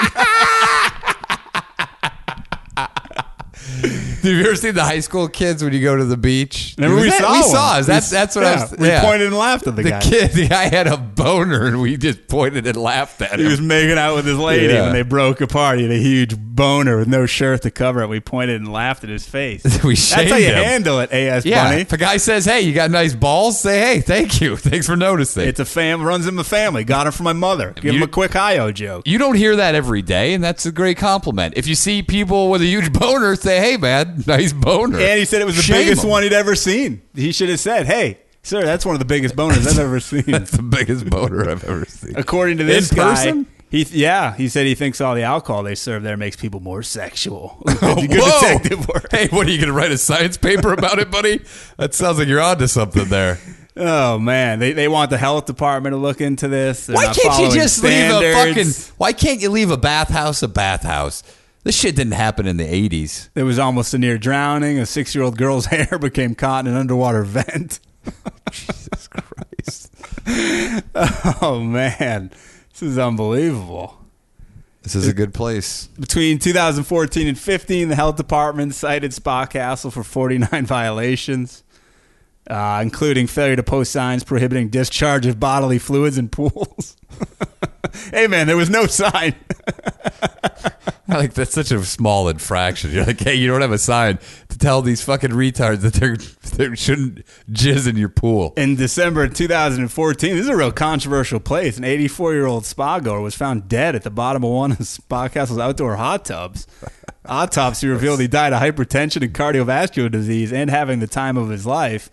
S2: Have you ever seen the high school kids when you go to the beach?
S1: Remember,
S2: Was
S1: we
S2: that-
S1: saw
S2: We
S1: one.
S2: saw. us.
S1: We-
S2: That's that's what I was.
S1: We
S2: yeah.
S1: pointed and laughed at the,
S2: the
S1: guy.
S2: kid. The guy had a boner, and we just pointed and laughed at
S1: He
S2: him.
S1: was making out with his lady
S2: Yeah.
S1: when they broke apart. He had a huge boner with no shirt to cover it. We pointed and laughed at his face.
S2: We
S1: That's
S2: shamed
S1: how you
S2: him.
S1: handle it, AS
S2: yeah,
S1: Bunny.
S2: if a guy says, "Hey, you got nice balls," say, "Hey, thank you, thanks for noticing."
S1: It's a fam runs in the family. Got it from my mother. Give
S2: You-
S1: him a quick hi-yo joke.
S2: you don't hear that every day, and that's a great compliment. If you see people with a huge boner, say, "Hey, man, nice boner."
S1: And he said it was the
S2: Shame
S1: biggest
S2: 'em.
S1: one he'd ever seen. He should have said, "Hey, sir, that's one of the biggest boners I've ever seen."
S2: That's the biggest boner I've ever seen.
S1: According to this
S2: In
S1: guy,
S2: person?
S1: he yeah, he said he thinks all the alcohol they serve there makes people more sexual. Good
S2: Whoa.
S1: detective work.
S2: Hey, what are you going to write a science paper about it, buddy? That sounds like you're onto something there.
S1: Oh man, they, they want the health department to look into this. They're
S2: Why
S1: not
S2: can't you
S1: following
S2: just leave a
S1: standards.
S2: fucking? Why can't you leave a bathhouse a bathhouse? This shit didn't happen in the '80s.
S1: There was almost a near drowning. A six-year-old girl's hair became caught in an underwater vent.
S2: Jesus Christ!
S1: Oh man, this is unbelievable.
S2: This is a good place.
S1: Between 2014 and 15, the health department cited Spa Castle for 49 violations, uh, including failure to post signs prohibiting discharge of bodily fluids in pools. hey man, there was no sign.
S2: Like that's such a small infraction. You're like, hey, you don't have a sign to tell these fucking retards that they're they shouldn't jizz in your pool.
S1: in December of 2014. This is a real controversial place. An 84 year old spa goer was found dead at the bottom of one of Spa Castle's outdoor hot tubs. Autopsy revealed he died of hypertension and cardiovascular disease and having the time of his life,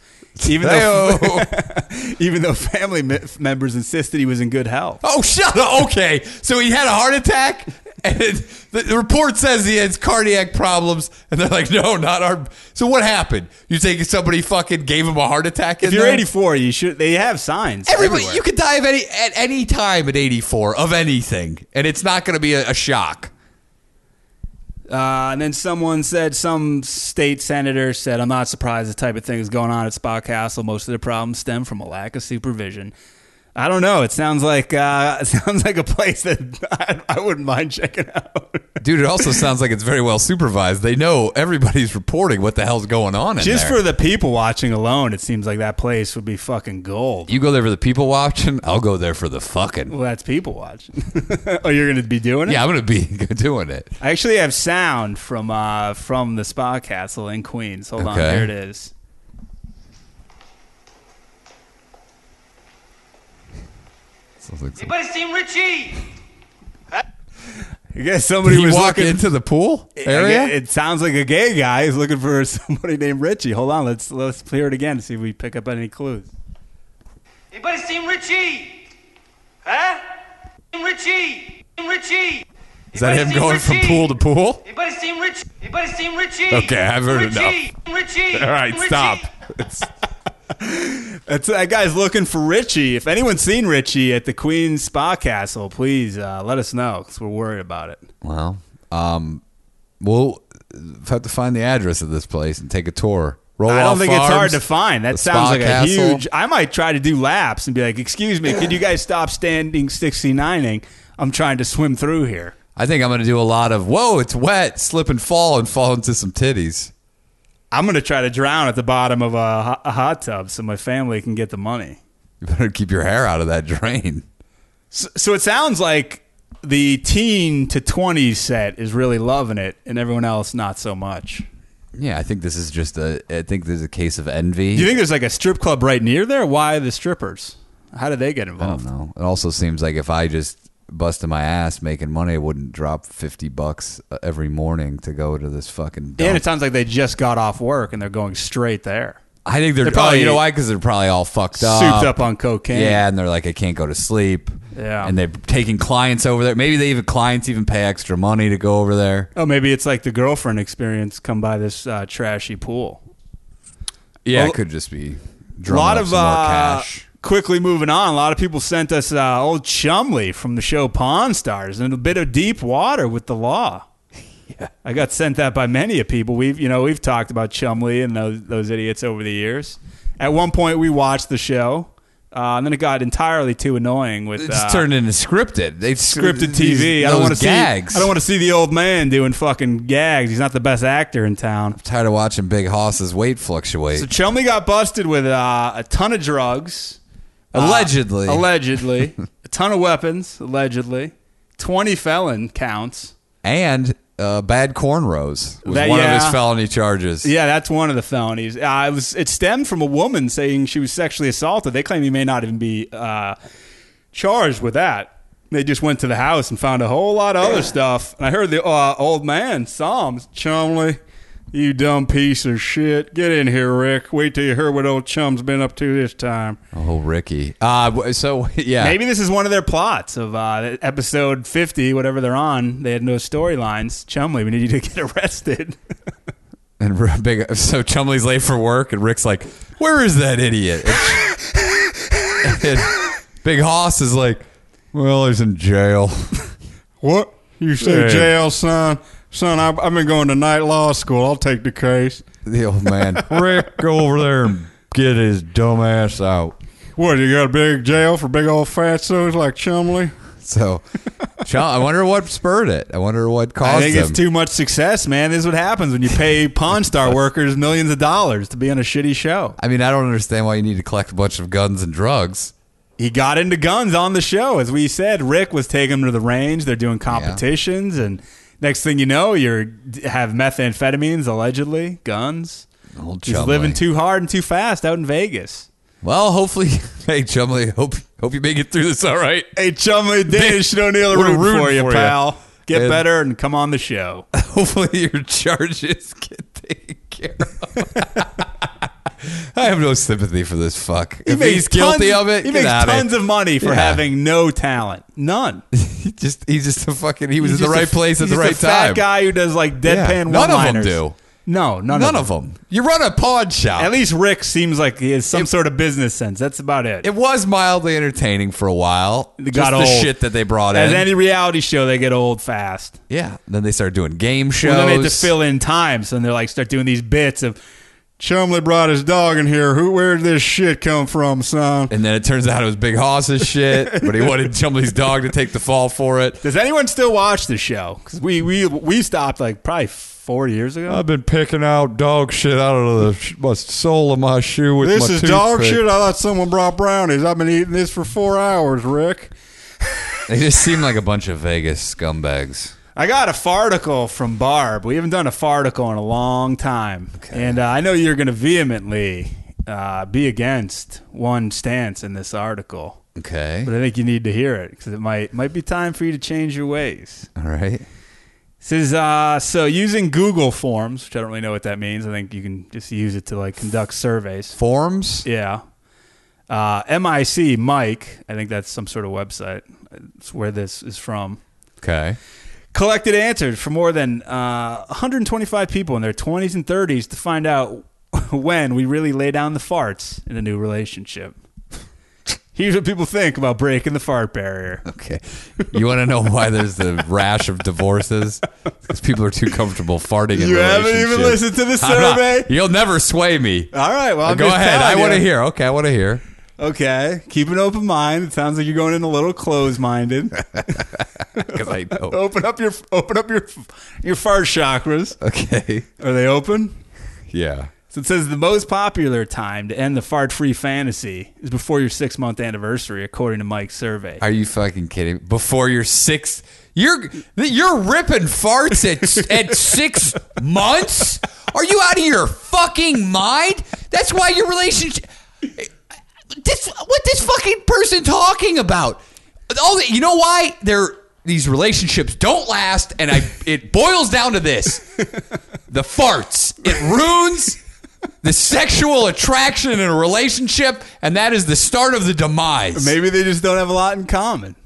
S1: even though,
S2: Hey-oh.
S1: even though family me- members insisted he was in good health.
S2: oh, shut up. Okay, so he had a heart attack, and it, the, the report says he has cardiac problems, and they're like, no, not our. So what happened? You think somebody fucking gave him a heart attack?
S1: If you're 84, you should. They have signs.
S2: Everybody,
S1: everywhere.
S2: you could die of any at any time at 84 of anything, and it's not going to be a, a shock.
S1: Uh, and then someone said, some state senator said, I'm not surprised the type of thing is going on at Spa Castle. Most of the problems stem from a lack of supervision. I don't know. It sounds like uh, it sounds like a place that I, I wouldn't mind checking out.
S2: Dude, it also sounds like it's very well supervised. They know everybody's reporting what the hell's going on in
S1: Just
S2: there.
S1: for the people watching alone, it seems like that place would be fucking gold.
S2: you go there for the people watching. I'll go there for the fucking.
S1: Well, that's people watching. oh, you're going to be doing it?
S2: Yeah, I'm gonna be doing it.
S1: I actually have sound from uh, from the Spa Castle in Queens. Hold on,
S2: Okay.
S1: there it is.
S2: Sounds like some-
S3: Anybody seen Richie?
S1: I guess somebody
S2: Did he
S1: was
S2: walk
S1: looking.
S2: into the pool
S1: I
S2: area?
S1: guess- it sounds like a gay guy is looking for somebody named Richie. Hold on, let's let's hear it again to see if we pick up any clues.
S3: Anybody seen Richie? Huh? Richie! Richie!
S2: Is that him going from pool to pool?
S3: Anybody seen Richie? Anybody seen Richie?
S2: Okay, I've heard
S3: Richie! Richie!
S2: All right,
S3: Richie!
S2: stop.
S1: That's, that guy's looking for Richie. If anyone's seen Richie at the Queen's Spa Castle, please uh, let us know because we're worried about it.
S2: Well, um, we'll have to find the address of this place and take a tour. Roll
S1: I don't
S2: Off
S1: think it's hard
S2: Farms,
S1: to find. That
S2: the
S1: sounds
S2: Spa
S1: like a
S2: Castle.
S1: huge. I might try to do laps and be like, "Excuse me, could you guys stop standing 69ing? I'm trying to swim through here."
S2: I think I'm going to do a lot of whoa, it's wet, slip and fall, and fall into some titties.
S1: I'm gonna try to drown at the bottom of a, ho- a hot tub so my family can get the money.
S2: You better keep your hair out of that drain.
S1: So, so it sounds like the teen to 20 set is really loving it, and everyone else not so much.
S2: Yeah, I think this is just a. I think there's a case of envy.
S1: Do you think there's like a strip club right near there? Why the strippers? How did they get
S2: I don't
S1: involved?
S2: know. It also seems like if I just busted my ass making money, I wouldn't drop fifty bucks uh, every morning to go to this fucking. Dump.
S1: And it sounds like they just got off work and they're going straight there.
S2: I think they're,
S1: They're
S2: probably.
S1: probably
S2: you know why? Because they're probably all fucked up,
S1: Souped up on cocaine.
S2: Yeah, and they're like, I can't go to sleep.
S1: Yeah.
S2: and they're taking clients over there. Maybe they even clients even pay extra money to go over there.
S1: Oh, maybe it's like the girlfriend experience come by this uh, trashy pool.
S2: Yeah,
S1: Well,
S2: it could just be
S1: A
S2: drumming
S1: lot
S2: up
S1: of
S2: some more
S1: uh,
S2: cash.
S1: quickly moving on. A lot of people sent us uh, old Chumley from the show Pawn Stars and a bit of deep water with the law. I got sent that by many of people. We've you know we've talked about Chumley and those those idiots over the years. At one point, we watched the show, uh, and then it got entirely too annoying with
S2: It
S1: uh,
S2: just turned into scripted. They
S1: scripted TV. I don't want to see.
S2: gags.
S1: I don't want to see the old man doing fucking gags. He's not the best actor in town.
S2: tired of watching Big Hoss's weight fluctuate.
S1: So Chumley got busted with uh, a ton of drugs. Uh,
S2: Allegedly.
S1: allegedly. a ton of weapons, allegedly. 20 felon counts.
S2: and uh, bad cornrows was
S1: That-
S2: one of
S1: yeah.
S2: his felony charges.
S1: Yeah, that's one of the felonies. Uh, it, was, it stemmed from a woman saying she was sexually assaulted. They claim he may not even be uh, charged with that. They just went to the house and found a whole lot of other stuff. And I heard the uh, old man, Psalms, Chumley, you dumb piece of shit. Get in here, Rick. Wait till you hear what old Chum's been up to this time.
S2: Oh, Ricky. Uh, w- so yeah,
S1: Maybe this is one of their plots of uh, episode 50, whatever they're on. They had no storylines. Chumley, we need you to get arrested.
S2: and R- Big. So Chumley's late for work, and Rick's like, "Where is that idiot?" And- and Big Hoss is like, "Well, he's in jail."
S4: What? You say
S2: Hey.
S4: jail, son? Son, I've, I've been going to night law school. I'll take the case.
S2: The old man.
S4: Rick,
S2: Go over there and get his dumb ass out.
S4: what, you got a big jail for big old fatsoes like Chumley?
S2: So, Chum, I wonder what spurred it. I wonder what caused
S1: I think
S2: him.
S1: it's too much success, man. This is what happens when you pay Pawn Star workers millions of dollars to be on a shitty show.
S2: I mean, I don't understand why you need to collect a bunch of guns and drugs.
S1: He got into guns on the show. As we said, Rick was taking him to the range. They're doing competitions. And next thing you know, you have methamphetamines, allegedly, guns.
S2: Old
S1: He's
S2: Chumley.
S1: living too hard and too fast out in Vegas.
S2: Well, hopefully, hey Chumley, hope hope you make it through this all right.
S1: Hey, Chumley, Danish and O'Neill are
S2: We're
S1: rooting,
S2: rooting
S1: for you,
S2: for ya.
S1: pal. Get
S2: And-
S1: better and come on the show.
S2: Hopefully, your charges get taken care of. I have no sympathy for this fuck. if he's guilty
S1: tons,
S2: of it,
S1: he
S2: get
S1: makes
S2: out of
S1: tons of money for
S2: Yeah.
S1: having no talent. None. He
S2: He just he's just a fucking. He was in the right place at the right time.
S1: Fat guy who does like deadpan
S2: Yeah. None of 'em
S1: one-liners.
S2: do.
S1: No, none,
S2: None
S1: of
S2: of them. You run a pawn shop.
S1: At least Rick seems like he has some sort of business sense. That's about it.
S2: it was mildly entertaining for a while.
S1: It
S2: just
S1: got
S2: the
S1: old.
S2: shit that they brought
S1: As
S4: eh?
S2: in.
S1: any reality show, they get old fast.
S2: yeah. Then they started doing game shows.
S1: Well, then they have to fill in time, so then they're like start doing these bits of
S4: Chumley brought his dog in here. Who? Where did this shit come from, son?
S2: and then it turns out it was Big Hoss's shit, but he wanted Chumley's dog to take the fall for it.
S1: Does anyone still watch the show? Because we, we we stopped like probably four years
S4: Uh,
S1: ago.
S2: I've been picking out dog shit out of the sh- my sole of my shoe with
S4: This
S2: my
S4: is dog
S2: toothpick.
S4: shit. I thought someone brought brownies. I've been eating this for four hours, Rick.
S2: They just seem like a bunch of Vegas scumbags.
S1: I got a farticle from Barb. We haven't done a farticle in a long time, and uh, I know you're going to vehemently uh, be against one stance in this article,
S2: Okay.
S1: but I think you need to hear it because it might might be time for you to change your ways.
S2: All right.
S1: It says uh, so using Google Forms, which I don't really know what that means. I think you can just use it to like conduct surveys.
S2: Forms.
S1: Yeah. Uh, MIC Mike, I think that's some sort of website. It's where this is from.
S2: Okay.
S1: collected answers for more than uh, 125 people in their 20s and 30s to find out when we really lay down the farts in a new relationship. Here's what people think about breaking the fart barrier.
S2: Okay. You want to know why there's the rash of divorces? Because people are too comfortable farting in
S1: You haven't even listened
S2: relationships.
S1: to the
S2: I'm not-
S1: survey?
S2: you'll never sway me.
S1: All right, well, I'm
S2: Go
S1: just
S2: ahead. I
S1: telling
S2: want to
S1: you.
S2: hear. Okay, I want to hear.
S1: Okay, keep an open mind. It sounds like you're going in a little closed-minded.
S2: Because I know.
S1: open up your open up your your fart chakras.
S2: Okay.
S1: Are they open?
S2: Yeah.
S1: So it says the most popular time to end the fart-free fantasy is before your six-month anniversary, according to Mike's survey.
S2: Are you fucking kidding? Before your sixth, you're you're ripping farts at at six months. Are you out of your fucking mind? That's why your relationship. This what this fucking person talking about? All the, you know why they're these relationships don't last, and I it boils down to this: the farts. It ruins. The sexual attraction in a relationship, and that is the start of the demise.
S1: Maybe they just don't have a lot in common.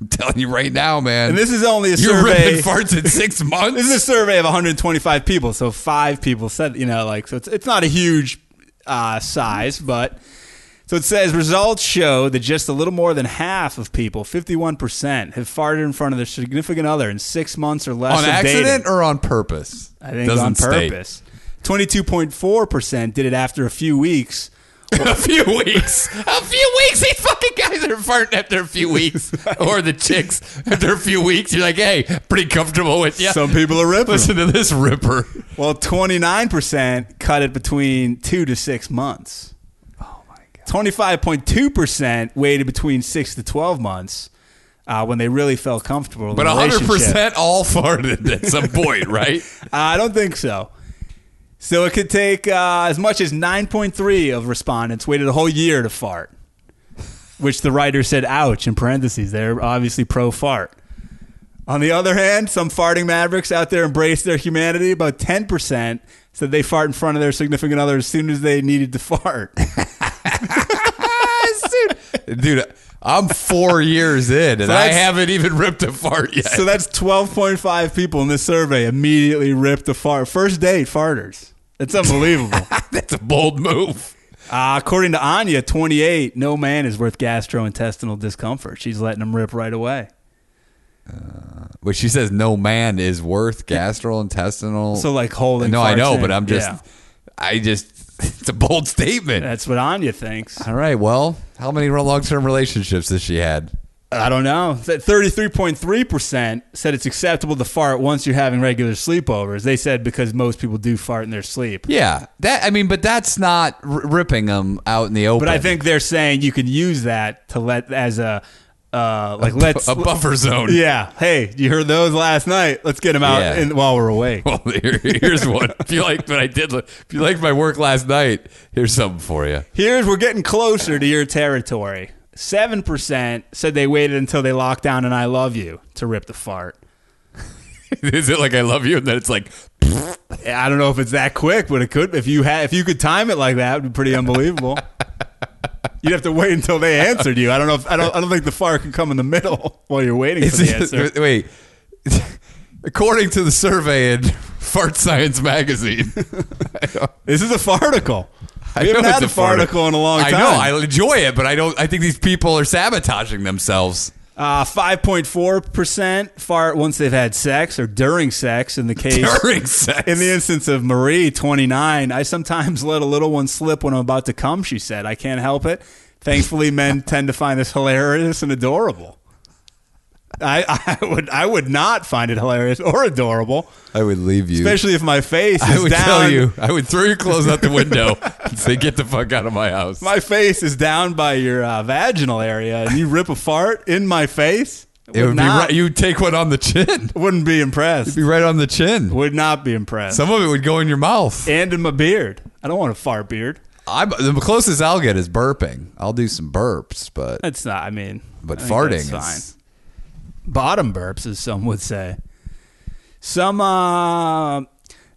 S2: I'm telling you right now, man.
S1: And this is only a
S2: you're
S1: survey.
S2: ripping farts in six months.
S1: This is a survey of 125 people, so five people said, you know, like so it's it's not a huge uh, size, but so it says results show that just a little more than half of people, 51 percent, have farted in front of their significant other in six months or less.
S2: on
S1: of dating.
S2: accident or on purpose?
S1: I think
S2: Doesn't
S1: on
S2: state.
S1: purpose. 22.4 percent did it after a few weeks.
S2: a few weeks. A few weeks. These fucking guys are farting after a few weeks, or the chicks after a few weeks. You're like, hey, pretty comfortable with you.
S1: Some people are ripping.
S2: Listen to this ripper.
S1: Well, 29% cut it between two to six months. Oh, my God. 25.2% waited between six to 12 months uh, when they really felt comfortable. in
S2: But
S1: the
S2: 100%
S1: relationship.
S2: all farted at some point, right?
S1: Uh, I don't think so. So it could take uh, as much as 9.3 of respondents waited a whole year to fart, which the writer said, ouch, in parentheses. They're obviously pro fart. On the other hand, some farting mavericks out there embrace their humanity. About 10% said they fart in front of their significant other as soon as they needed to fart.
S2: Dude, I'm four years in, and I
S1: that's-
S2: haven't even ripped a fart yet.
S1: so that's 12.5 people in this survey immediately ripped a fart. First date farters. It's unbelievable.
S2: that's a bold move.
S1: Uh, according to Anya, 28, no man is worth gastrointestinal discomfort. She's letting him rip right away.
S2: But she says no man is worth gastrointestinal.
S1: So, like, holding
S2: No, I
S1: farts
S2: know,
S1: in,
S2: but I'm just,
S1: yeah.
S2: I just, it's a bold statement.
S1: That's what Anya thinks.
S2: All right. Well, how many long term relationships has she had?
S1: I don't know. That 33.3% said it's acceptable to fart once you're having regular sleepovers. They said because most people do fart in their sleep.
S2: Yeah. That I mean, but that's not r- ripping them out in the open.
S1: But I think they're saying you can use that to let as a uh, like let's
S2: a buffer zone.
S1: yeah. Hey, you heard those last night? Let's get them out
S2: Yeah.
S1: in, while we're awake.
S2: Well, here- here's one. If you like what I did, if you liked my work last night, here's something for you.
S1: Here's we're getting closer to your territory. Seven percent said they waited until they locked down and I love you to rip the fart.
S2: Is it like I love you, and then it's like
S1: I don't know if it's that quick, but it could if you had if you could time it like that, it'd be pretty unbelievable. You'd have to wait until they answered you. I don't know if I don't I don't think the fart can come in the middle while you're waiting for the
S2: It's-
S1: answer.
S2: wait. According to the survey in Fart Science magazine,
S1: This is a farticle.
S2: I
S1: We haven't
S2: know
S1: had a
S2: it's fart-
S1: farticle in a long time.
S2: I know. I enjoy it, but I don't. I think these people are sabotaging themselves.
S1: Uh, 5.4% fart once they've had sex or during sex in the case
S2: During sex.
S1: In the instance of Marie, 29, I sometimes let a little one slip when I'm about to come, she said. I can't help it. Thankfully, men tend to find this hilarious and adorable. I, I would I would not find it hilarious or adorable,
S2: I would leave you.
S1: especially if my face is
S2: I would
S1: down.
S2: tell you. I would throw your clothes out the window and say, "Get the fuck out of my house."
S1: My face is down by your uh, vaginal area, and you rip a fart in my face.
S2: it would be
S1: not-
S2: right. You would take one on the chin.
S1: wouldn't be impressed.
S2: Be right on the chin.
S1: Would not be impressed.
S2: Some of it would go in your mouth.
S1: and in my beard. I don't want a far beard.
S2: I'm, the closest I'll get is burping. I'll do some burps, but
S1: That's not. I mean,
S2: but
S1: I think
S2: farting
S1: that's
S2: is
S1: fine. Bottom burps, as some would say. Some uh,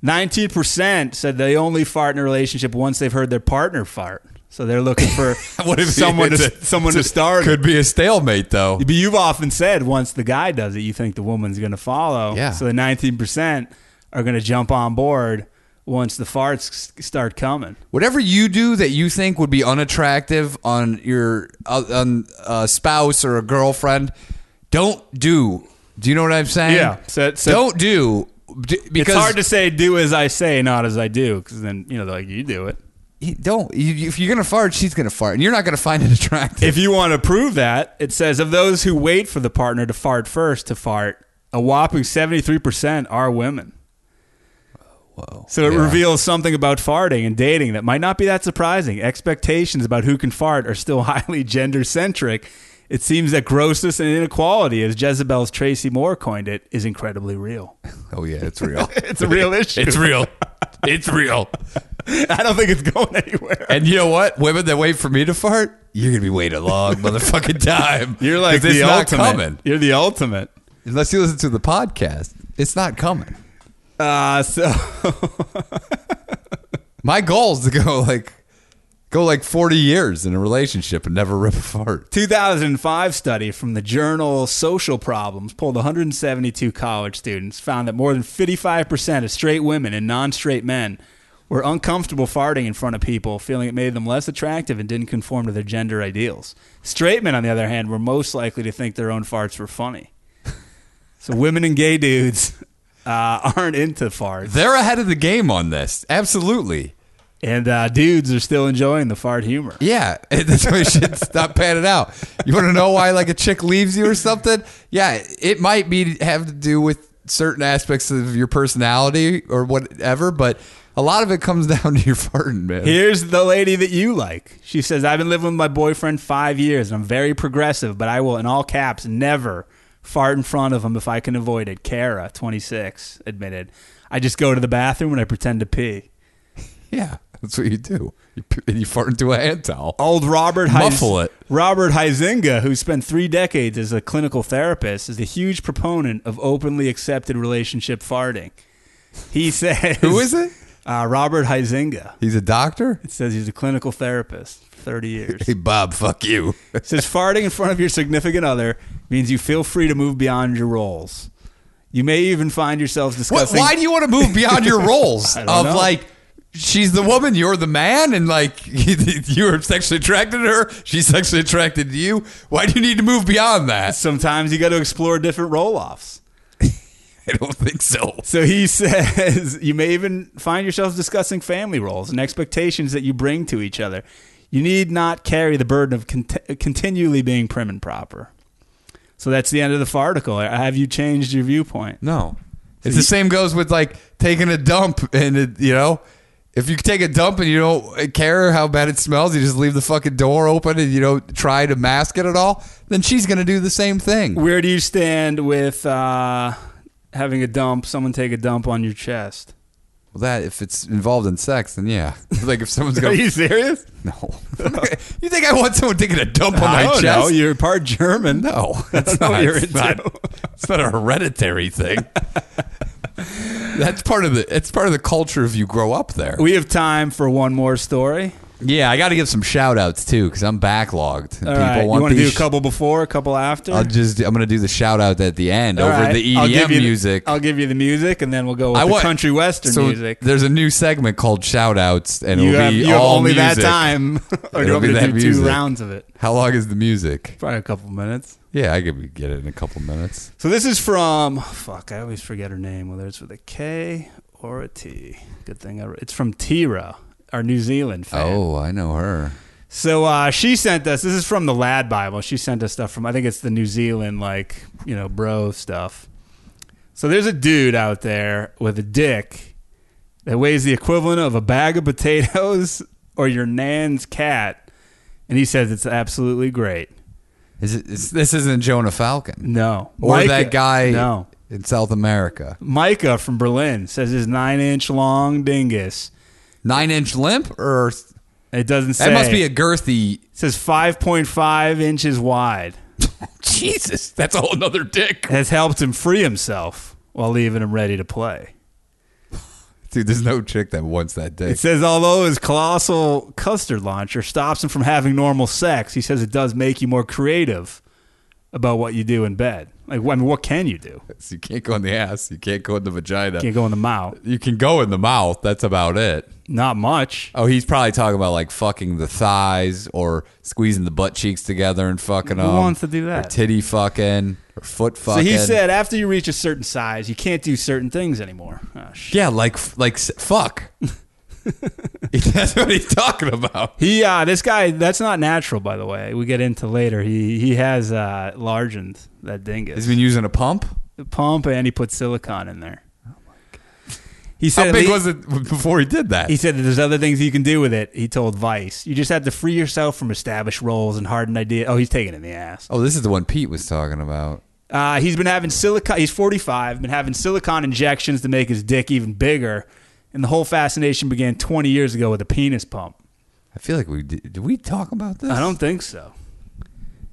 S1: 19% said they only fart in a relationship once they've heard their partner fart. So they're looking for
S2: What if
S1: someone to
S2: it's a-
S1: someone to start. it.
S2: could be a stalemate though.
S1: But you've often said once the guy does it, you think the woman's going to follow.
S2: Yeah.
S1: So the 19% are going to jump on board once the farts s- start coming.
S2: Whatever you do that you think would be unattractive on your uh, on a spouse or a girlfriend, don't do. Do you know what I'm saying?
S1: Yeah. So- so-
S2: don't do d- because
S1: it's hard to say do as I say, not as I do, because then you know they're like you do it.
S2: You don't. You, if you're gonna fart, she's gonna fart, and you're not gonna find it attractive.
S1: If you want to prove that, it says of those who wait for the partner to fart first to fart, a whopping 73% are women. Whoa. So it
S2: Yeah.
S1: reveals something about farting and dating that might not be that surprising. Expectations about who can fart are still highly gender centric. It seems that grossness and inequality, as Jezebel's Tracy Moore coined it, is incredibly real.
S2: oh yeah, it's real.
S1: It's a real issue.
S2: it's real. It's real.
S1: I don't think it's going anywhere.
S2: And you know what? Women that wait for me to fart, you're gonna be waiting a long motherfucking time.
S1: You're like
S2: 'Cause it's
S1: the
S2: not
S1: ultimate.
S2: coming
S1: You're the ultimate.
S2: unless you listen to the podcast. It's not coming.
S1: Uh, so
S2: My goal is to go like go like 40 years in a relationship and never rip a fart.
S1: 2005 study from the journal Social Problems polled 172 college students found that more than 55% of straight women and non-straight men were uncomfortable farting in front of people, feeling it made them less attractive and didn't conform to their gender ideals. Straight men, on the other hand, were most likely to think their own farts were funny. So women and gay dudes uh, aren't into farts,
S2: They're ahead of the game on this. Absolutely.
S1: and uh, dudes are still enjoying the fart humor.
S2: Yeah, that's why shit's not padded out. You want to know why like a chick leaves you or something? Yeah, it might be have to do with certain aspects of your personality or whatever, but a lot of it comes down to your farting, man.
S1: Here's the lady that you like. She says, I've been living with my boyfriend five years and I'm very progressive, but I will, in all caps, never fart in front of him if I can avoid it. Kara, 26, admitted. I just go to the bathroom and I pretend to pee.
S2: Yeah, that's what you do. You, p- you fart into a hand towel.
S1: Old Robert
S2: Muffle it.
S1: Robert Huizinga, who spent three decades as a clinical therapist, is a huge proponent of openly accepted relationship farting. He says,
S2: Who is it?
S1: Uh, Robert Huizinga.
S2: He's a doctor?
S1: It says he's a clinical therapist for 30 years.
S2: Hey, Bob, fuck you.
S1: says farting in front of your significant other means you feel free to move beyond your roles. You may even find yourselves
S2: What,
S1: discussing.
S2: why do you want to move beyond your roles
S1: I
S2: of
S1: don't know.
S2: like she's the woman, you're the man, and like you are sexually attracted to her, she's sexually attracted to you? Why do you need to move beyond that?
S1: sometimes you got to explore different role offs.
S2: I don't think so.
S1: So he says you may even find yourselves discussing family roles and expectations that you bring to each other. You need not carry the burden of cont- continually being prim and proper. So that's the end of the article. Have you changed your viewpoint?
S2: No, it's the same goes with like taking a dump, and it, you know. If you take a dump and you don't care how bad it smells, you just leave the fucking door open and you don't try to mask it at all, then she's going to do the same thing.
S1: Where do you stand with uh, having a dump? Someone take a dump on your chest.
S2: Well, that if it's involved in sex, then yeah. Like if someone's
S1: Are
S2: going,
S1: you serious?
S2: no. you think I want someone taking a dump on my
S1: I don't
S2: chest?
S1: know. You're part German.
S2: no, that's
S1: know
S2: not.
S1: what you're
S2: it's, not
S1: into.
S2: it's not a hereditary thing. that's part of the. It's part of the culture if you grow up there.
S1: We have time for one more story.
S2: yeah, I got to give some shout outs too because I'm backlogged.
S1: All right. You want to do
S2: these
S1: a couple before, a couple after?
S2: I'll just. I'm gonna do the shout out at the end
S1: All
S2: over
S1: right.
S2: the
S1: I'll
S2: EDM
S1: give you the-
S2: music.
S1: I'll give you the music, and then we'll go with the
S2: want-
S1: country western
S2: so
S1: music.
S2: There's a new segment called shout outs, and
S1: You
S2: it'll
S1: have,
S2: be
S1: you have
S2: all
S1: only that
S2: music.
S1: time, or you
S2: It'll
S1: want
S2: be
S1: me to
S2: that
S1: do two
S2: music.
S1: rounds of it?
S2: How long is the music?
S1: Probably a couple minutes.
S2: Yeah, I could get it in a couple minutes.
S1: So this is from fuck. I always forget her name, whether it's with a K or a T. Good thing I. wrote- It's from Tira, our New Zealand fan.
S2: Oh, I know her.
S1: So uh, she sent us. This is from the Lad Bible. She sent us stuff from. I think it's the New Zealand, like you know, bro stuff. So there's a dude out there with a dick that weighs the equivalent of a bag of potatoes or your nan's cat, and he says it's absolutely great.
S2: Is it, is, this isn't Jonah Falcon
S1: No,
S2: or
S1: Micah-
S2: that guy
S1: No,
S2: in South America?
S1: Micah from Berlin says his nine inch long dingus
S2: Nine inch limp, or
S1: It doesn't say.
S2: that must be a girthy.
S1: It says 5.5 inches wide.
S2: Jesus, that's a whole other dick,
S1: Has helped him free himself while leaving him ready to play.
S2: dude. There's no chick that wants that dick.
S1: It says although his colossal custard launcher stops him from having normal sex, he says it does make you more creative about what you do in bed. Like, I mean, what can you do?
S2: you can't go in the ass. You can't go in the vagina.
S1: Can't go in the mouth.
S2: you can go in the mouth. That's about it.
S1: Not much.
S2: Oh, he's probably talking about like fucking the thighs or squeezing the butt cheeks together and fucking
S1: Who
S2: them.
S1: wants to do that?
S2: Or titty fucking or foot
S1: So
S2: fucking.
S1: he said after you reach a certain size, you can't do certain things anymore. Oh, shit.
S2: "Yeah, like like s- fuck." That's what he's talking about.
S1: He, uh, this guy, that's not natural, by the way. We get into later. He he has uh, largened that dingus.
S2: He's been using a pump.
S1: the pump and he put silicone in there. He said,
S2: Oh How
S1: at
S2: big
S1: lea-
S2: was it before he did that?
S1: He said that there's other things you can do with it. He told Vice, you just have to free yourself from established roles and hardened ideas. Oh, he's taking it in the ass.
S2: oh, this is the one Pete was talking about.
S1: Uh, he's been having silicon. He's 45, been having silicon injections to make his dick even bigger, and the whole fascination began 20 years ago with a penis pump.
S2: I feel like we did, did we talk about this?
S1: I don't think so.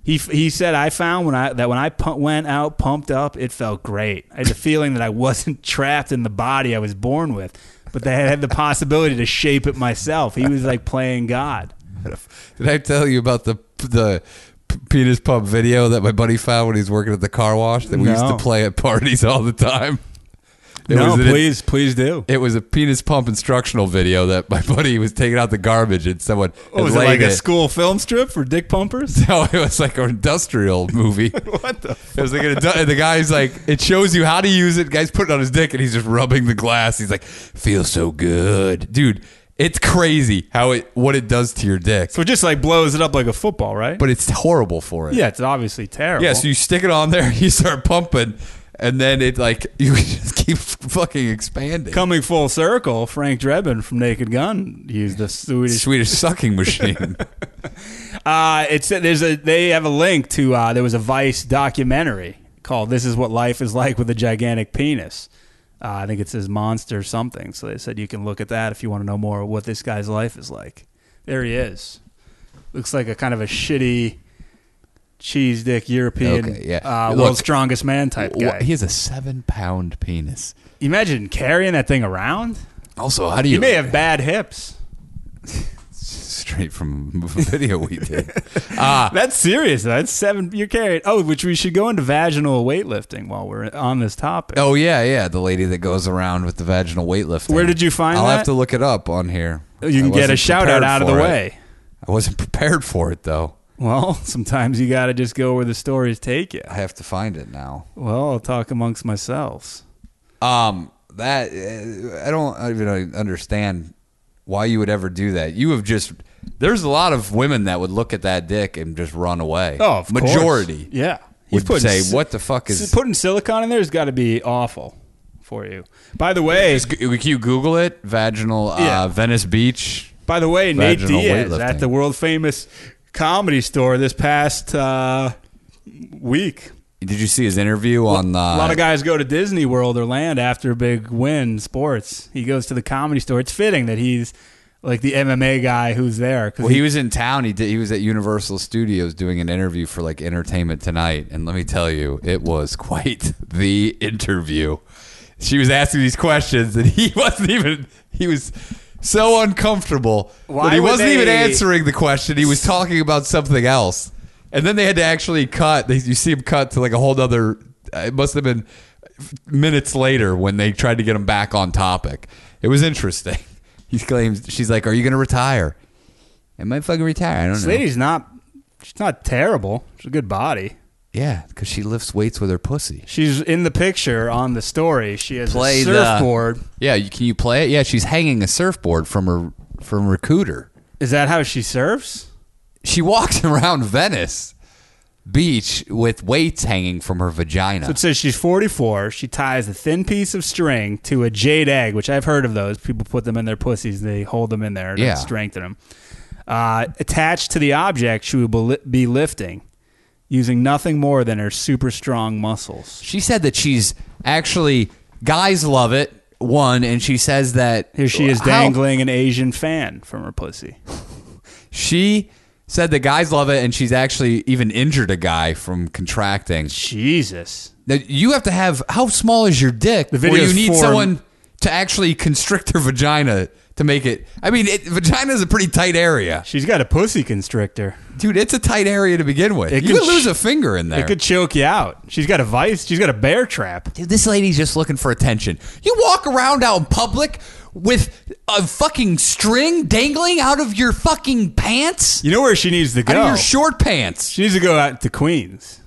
S1: He he said I found when I that when I pu- went out pumped up, it felt great. I had the feeling that I wasn't trapped in the body I was born with, but that I had the possibility to shape it myself. He was like playing God.
S2: Did I tell you about the the p- penis pump video that my buddy found when he's working at the car wash that we used to
S1: No.
S2: play at parties all the time? It was an-
S1: please do.
S2: It was a penis pump instructional video that my buddy was taking out the garbage and someone
S1: Oh,
S2: had
S1: was it
S2: laid
S1: like a school film strip for dick pumpers?
S2: No, it was like an industrial movie.
S1: what the?
S2: It was like an indu- and the guy's like, it shows you how to use it. Guy's putting on his dick and he's just rubbing the glass. He's like, feels so good, dude. It's crazy how it what it does to your dick,
S1: So it just like blows it up like a football, right?
S2: but it's horrible for it.
S1: yeah, it's obviously terrible.
S2: Yeah, so you stick it on there, you start pumping, and then it like you just keep fucking expanding.
S1: Coming full circle, Frank Drebin from Naked Gun used the Swedish
S2: Swedish sucking machine.
S1: Uh, it's there's a they have a link to uh, there was a Vice documentary called "This Is What Life Is Like with a Gigantic Penis." Uh, I think it says "Monster" something. So they said you can look at that if you want to know more of what this guy's life is like. There he is. Looks like a kind of a shitty cheese dick European
S2: Okay, yeah.
S1: uh,
S2: Look,
S1: world's strongest man type guy.
S2: Wha- He has a seven pound penis.
S1: Imagine carrying that thing around.
S2: Also, how do you?
S1: He may have bad hips.
S2: straight from a video we did. Ah,
S1: That's serious. though. That's seven. You're carrying. Oh, which we should go into vaginal weightlifting while we're on this topic.
S2: oh yeah, yeah. The lady that goes around with the vaginal weightlifting.
S1: Where did you find
S2: I'll
S1: that?
S2: have to look it up on here.
S1: You
S2: I
S1: can get a
S2: wasn't
S1: shout out
S2: prepared
S1: out of the
S2: for it.
S1: way.
S2: I wasn't prepared for it though.
S1: Well, sometimes you got to just go where the stories take you.
S2: I have to find it now.
S1: Well, I'll talk amongst myself.
S2: Um, that uh, I don't even understand why you would ever do that. You have just there's a lot of women that would look at that dick and just run away. majority.
S1: Oh, Yeah.
S2: Would say,
S1: si-
S2: "What the fuck is-"
S1: si- putting silicone in there has got to be awful for you. By the way,
S2: Just, g- can you Google it? Vaginal uh,
S1: Yeah.
S2: Venice Beach.
S1: by the way, Nate
S2: Vaginal
S1: Diaz
S2: weightlifting.
S1: at the world famous comedy store this past uh, week.
S2: Did you see his interview on uh,
S1: a lot of guys go to Disney World or land after a big win sports. He goes to the comedy store. It's fitting that he's like the MMA guy who's there. 'cause
S2: Well, he was in town. He did, he was at Universal Studios doing an interview for like Entertainment Tonight, and let me tell you, it was quite the interview. She was asking these questions, and he wasn't even. He was so uncomfortable
S1: Why
S2: that he
S1: would
S2: wasn't even
S1: they-
S2: answering the question. He was talking about something else, and then they had to actually cut. They, you see him cut to like a whole other. It must have been minutes later when they tried to get him back on topic. It was interesting. He claims she's like, "Are you going to retire?" Am I fucking retire? I don't
S1: This
S2: know.
S1: lady's not. She's not terrible. She's a good body.
S2: Yeah, because she lifts weights with her pussy.
S1: She's in the picture on the story. She has
S2: Play
S1: a
S2: the-
S1: surfboard.
S2: Yeah, you, can you play it? Yeah, she's hanging a surfboard from her from her cooter.
S1: Is that how she serves?
S2: She walks around Venice Beach with weights hanging from her vagina.
S1: So it says she's 44. She ties a thin piece of string to a jade egg, which I've heard of those. People put them in their pussies. They hold them in there to
S2: Yeah.
S1: strengthen them. Uh, attached to the object, she will be- be lifting, using nothing more than her super strong muscles.
S2: she said that she's actually guys love it.
S5: one, and she says that
S1: Here she is
S5: How-
S1: dangling an Asian fan from her pussy.
S2: She said the guys love it, and she's actually even injured a guy from contracting.
S1: Jesus.
S2: Now, you have to have how small is your dick
S1: The
S2: where
S1: video's
S2: you need
S1: four-
S2: someone to actually constrict her vagina to make it. I mean, it, vagina is a pretty tight area,
S1: She's got a pussy constrictor.
S2: dude. It's a tight area to begin with.
S1: It
S2: you
S1: could
S2: could lose
S1: sh-
S2: a finger in there.
S1: It could choke you out. She's got a vice. She's got a bear trap.
S2: Dude, this lady's just looking for attention. You walk around out in public with a fucking string dangling out of your fucking pants,
S1: You know where she needs to
S2: out of
S1: go?
S2: your short pants.
S1: she needs to go out to Queens.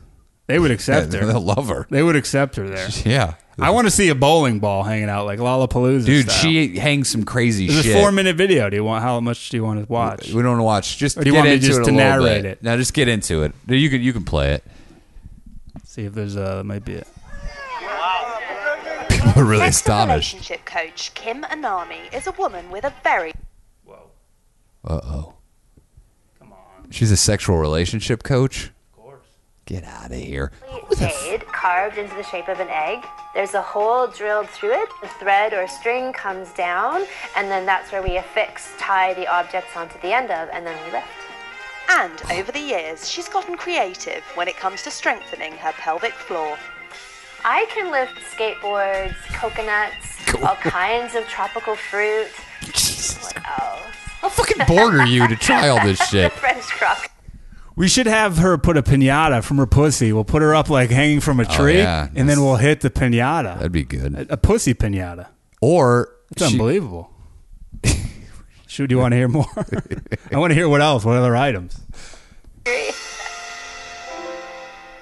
S1: They would accept her.
S2: They'll love her.
S1: They would accept her there.
S2: Yeah,
S1: I want to see a bowling ball hanging out like Lollapalooza.
S2: dude,
S1: style.
S2: she hangs some crazy
S1: There's
S2: shit.
S1: a four minute video. Do you want how much do you want to watch?
S2: We don't want to watch. Just
S1: Or do you
S2: get
S1: want me
S2: into
S1: just
S2: it a
S1: to
S2: little
S1: narrate
S2: bit.
S1: it?
S2: No, just get into it. No, You can you can play it.
S1: See if there's uh maybe a
S2: People are really
S6: Sex and
S2: astonished.
S6: relationship coach Kim Anami is a woman with a very
S2: Uh oh. She's a sexual relationship coach. Of course. Get out of here.
S6: head carved into the shape of an egg. There's a hole drilled through it. A thread or string comes down, and then that's where we affix, tie the objects onto the end of, and then we lift. And over the years, she's gotten creative when it comes to strengthening her pelvic floor. I can lift skateboards, coconuts, all kinds of tropical fruit.
S2: Jesus.
S6: Oh,
S2: How fucking bored are you to try all this shit?
S6: French crock.
S1: We should have her put a pinata from her pussy. We'll put her up like hanging from a tree,
S2: Oh, yeah.
S1: and then we'll hit the pinata.
S2: That'd be good.
S1: A pussy pinata.
S2: Or
S1: It's
S2: she-
S1: unbelievable. Shoot, do you want to hear more? I want to hear what else. What other items?